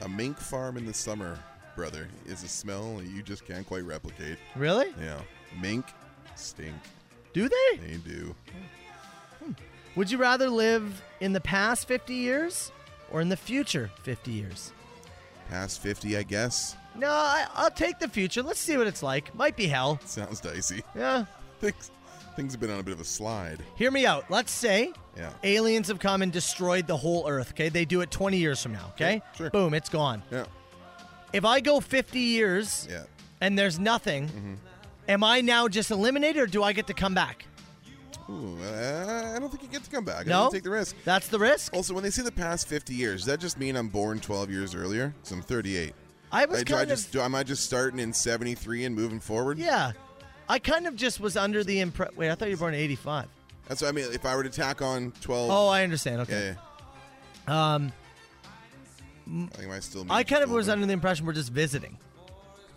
a mink farm in the summer, brother, is a smell you just can't quite replicate.
Really?
Yeah. Mink stink.
Do they?
They do.
Would you rather live in the past 50 years or in the future 50 years?
Past 50, I guess.
No, I, I'll take the future. Let's see what it's like. Might be hell.
Sounds dicey. *laughs*
Yeah.
Things, things have been on a bit of a slide.
Hear me out. Let's say
Yeah.
aliens have come and destroyed the whole Earth, okay? They do it 20 years from now, okay?
Yeah, sure.
Boom, it's gone.
Yeah.
If I go 50 years
Yeah. Mm-hmm.
and there's nothing, am I now just eliminated or do I get to come back?
Ooh, uh, I don't think you get to come back. I
No?
didn't take the risk.
That's the risk.
Also, when they say the past 50 years, does that just mean I'm born 12 years earlier? So I'm 38.
I was
Like, do I
kind
just
of
do, am I just starting in 73 and moving forward?
Yeah. I kind of just was under the impression. Wait, I thought you were born in 85.
That's what I mean. If I were to tack on 12,
Oh, I understand. Okay.
Yeah,
Um, m-
I think I still.
I kind of was
under.
under the impression we're just visiting.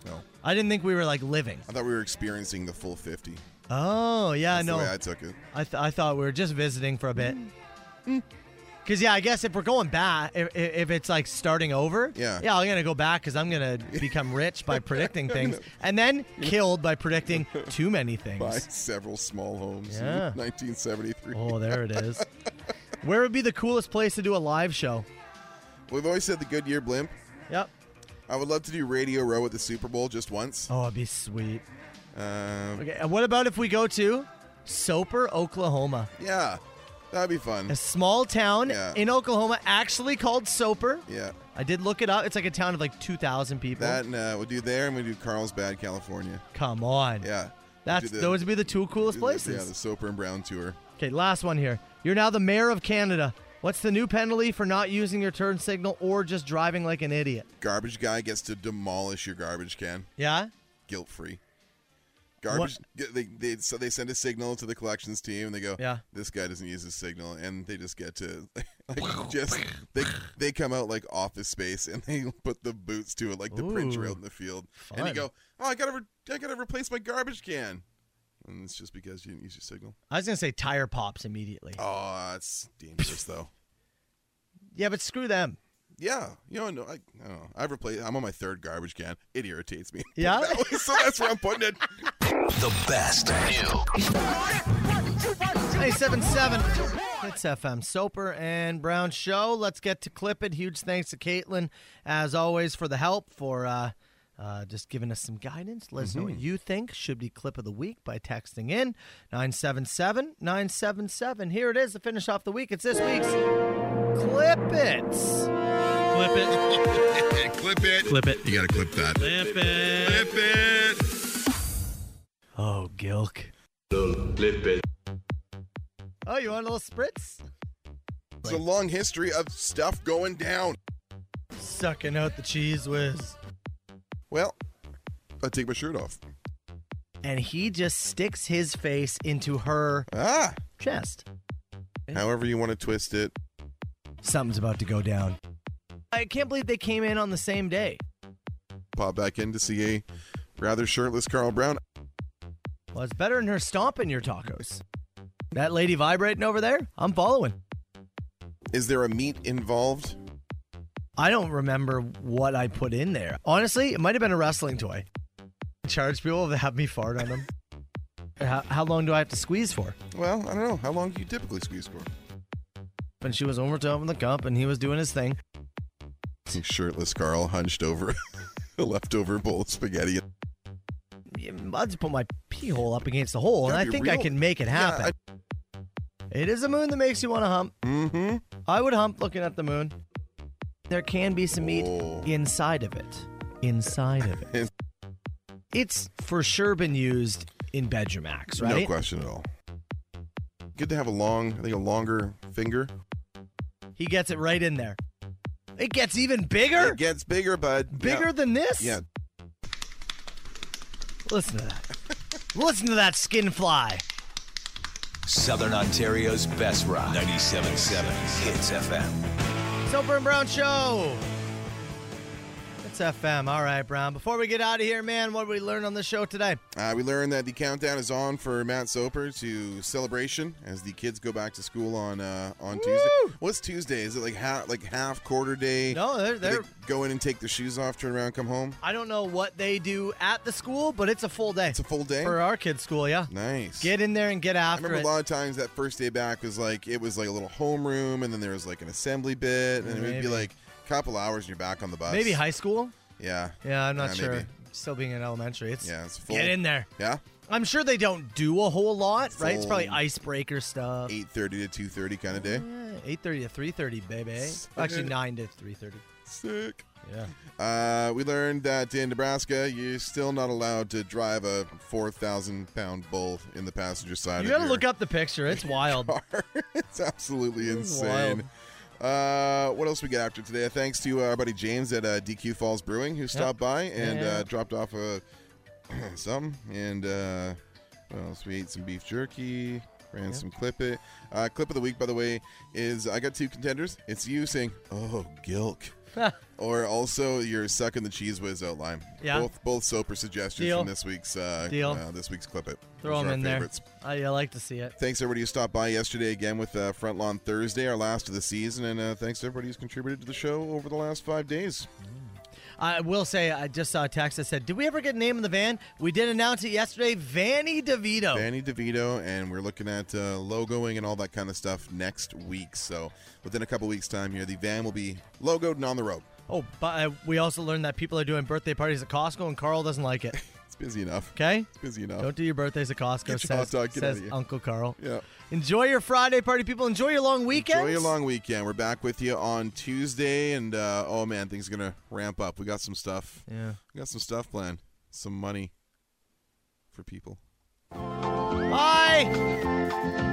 No,
I didn't think we were like living.
I thought we were experiencing the full 50.
Oh, yeah,
That's
no.
the way Mm. I took it.
I, th- I thought we were just visiting for a bit. Because Mm. yeah, I guess if we're going back, if, if- if it's like starting over,
Yeah.
yeah, I'm gonna go back because I'm gonna become rich
*laughs*
by predicting things, and then killed by predicting too many things.
Buy *laughs* several small homes
Yeah.
*laughs* in 1973.
Oh, there it is. Where would be the coolest place to do a live show?
We've always said the Goodyear blimp.
Yep.
I would love to do Radio Row at the Super Bowl just once.
Oh, it'd be sweet. Oh.
Um,
Okay, and what about if we go to Soper, Oklahoma?
Yeah, that'd be fun.
A small town
Yeah.
in Oklahoma actually called Soper.
Yeah.
I did look it up. It's like a town of like 2,000 people.
That and uh, we'll do there, and we do Carlsbad, California.
Come on.
Yeah.
That's
Do the-
those would be the two coolest
do the- Yeah,
places.
the Soper and Brown tour.
Okay, last one here. You're now the mayor of Canada. What's the new penalty for not using your turn signal or just driving like an idiot?
Garbage guy gets to demolish your garbage can.
Yeah?
Guilt free. Garbage. get- They, they so they send a signal to the collections team, and they go,
Yeah.
this guy doesn't use his signal," and they just get to *laughs* like, just they they come out like office space, and they *laughs* put the boots to it like the print
Ooh.
trail in the field, and
Fun.
you go, "Oh, I gotta re- I gotta replace my garbage can," and it's just because you didn't use your signal.
I was gonna say tire pops immediately.
Oh, it's dangerous though.
Yeah, but screw them.
Yeah, you know, no, I, I don't know. I've replaced. I'm on my third garbage can. It irritates me. *laughs*
Yeah?
That way, so that's where I'm putting it.
The best.
Ninety-seven seven. It's FM Soper and Brown Show. Let's get to Clip It. Huge thanks to Caitlin, as always, for the help, for uh, uh, just giving us some guidance. Let us know what
Mhm.
you think should be Clip of the Week by texting in 977 977. Here it is to finish off the week. It's this week's Clip It.
Clip
it. clip it.
Clip it.
You gotta clip that.
Clip it.
Clip it.
Oh, Gilk.
Clip it.
Oh, you want a little spritz?
It's a long history of stuff going down.
Sucking out the cheese whiz.
Well, I take my shirt off.
And he just sticks his face into her chest.
Ah, However you want to twist it.
Something's about to go down. I can't believe they came in on the same day.
Pop back in to see a rather shirtless Carl Brown.
Well, it's better than her stomping your tacos. That lady vibrating over there, I'm following.
Is there a meat involved?
I don't remember what I put in there. Honestly, it might have been a wrestling toy. Charge people to have me fart on them. *laughs* how, how long do I have to squeeze for?
Well, I don't know. How long do you typically squeeze for? *laughs*
When she was over top in the cup and he was doing his thing.
Shirtless Carl hunched over *laughs* a leftover bowl of spaghetti.
I just put my pee hole up against the hole, and
Gotta
I
be
think I
real-
can make it happen. It is a moon that makes you want to hump.
Mm-hmm.
I would hump looking at the moon. There can be some meat
Oh.
inside of it. Inside
*laughs*
of it. it's for sure been used in bedroom acts, right?
No question at all. Good to have a long, I think a longer finger.
He gets it right in there. It gets even bigger. It
gets bigger, bud.
Bigger
Yeah.
than this?
Yeah.
Listen to that. Listen to that skin fly.
Southern Ontario's best rock. 97.7 Hits FM.
Soper and Brown Show. It's FM. All right, Brown. Before we get out of here, man, what did we learn on the show today?
Uh, we learned that the countdown is on for Matt Soper to celebration as the kids go back to school on uh, on Tuesday. What's Tuesday? Is it like half like half quarter day?
No, they're-
Do they
they're-
go in and take their shoes off, turn around, come home.
I don't know what they do at the school, but it's a full day. It's a
full day
for our kids' school. Yeah,
nice.
Get in there and get
I
after
remember
it.
a lot of times that first day back was like it was like a little homeroom, and then there was like an assembly bit, and it would
Maybe.
be like a couple hours, and you're back on the bus.
Maybe high school.
Yeah.
Yeah, I'm not
Yeah,
sure.
maybe.
Still being in elementary, it's
Yeah, it's full.
get in there.
Yeah.
I'm sure they don't do a whole lot, right? It's probably
Full
icebreaker stuff.
Eight thirty to two thirty kind of day.
Eight thirty to three thirty, baby. Actually, nine to three thirty.
Sick.
Yeah.
Uh, we learned that in Nebraska, you're still not allowed to drive a 4,000 pound bull in the passenger side.
You
of
gotta
your-
look up the picture.
*laughs*
It's wild. *laughs*
it's absolutely
This is wild.
insane. Uh, what else we got after today? Thanks to our buddy James at uh, DQ Falls Brewing who stopped by and
Yeah.
uh, *clears throat* dropped off a some and uh, what else? We ate some beef jerky, ran
Yeah.
some clip it. Uh, clip of the week, by the way, is I got two contenders. It's you saying, "Oh, Gilk." or also your sucking the cheese whiz out line.
Yeah.
Both both soper suggestions
Deal.
from this week's uh,
Deal.
uh, this week's clip it.
Throw
Those are
them
our
in
favorites.
there. I, I like to see it.
Thanks everybody who stopped by yesterday again with uh, Front Lawn Thursday, our last of the season, and uh, thanks to everybody who's contributed to the show over the last five days.
I will say, I just saw a text that said, "Did we ever get a name in the van? We did announce it yesterday. Vanny DeVito.
Danny DeVito, and we're looking at uh, logoing and all that kind of stuff next week. So within a couple weeks' time here, the van will be logoed and on the road.
Oh, but uh, we also learned that people are doing birthday parties at Costco, and Carl doesn't like it.
it's busy enough. *laughs*
Okay, it's
busy enough.
Don't do your birthdays at Costco.
Get your
says
hot dog, get
says
outta here.
Uncle Carl.
Yeah.
Enjoy your Friday party, people. Enjoy your long weekend.
Enjoy your long weekend. We're back with you on Tuesday, and uh, oh man, things are gonna ramp up. We got some stuff.
Yeah.
we got some stuff planned. Some money for people.
Bye.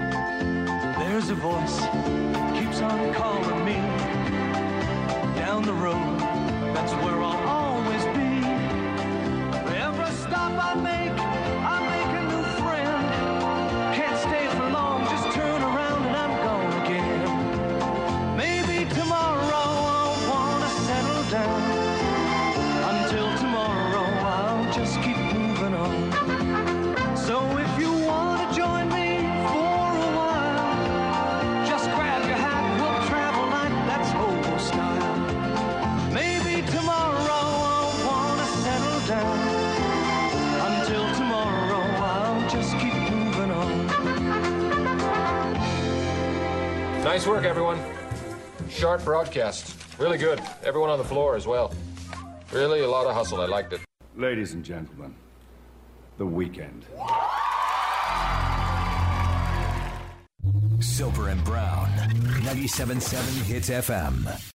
There's a voice keeps on calling me down the road. That's where I'll always be. Every stop I make, I make a new friend. Can't stay for long, just turn around and I'm gone again. Maybe tomorrow I'll wanna settle down. Until tomorrow I'll just keep moving on. So if you wanna join me for a while. Just grab your hat, we'll travel like that's hobo style. Maybe tomorrow I'll wanna settle down. Until tomorrow I'll just keep moving on.
Nice work, everyone. Sharp broadcast. Really good. Everyone on the floor as well. Really a lot of hustle. I liked it.
Ladies and gentlemen, the weekend.
Silver and Brown, 97.7 Hits FM.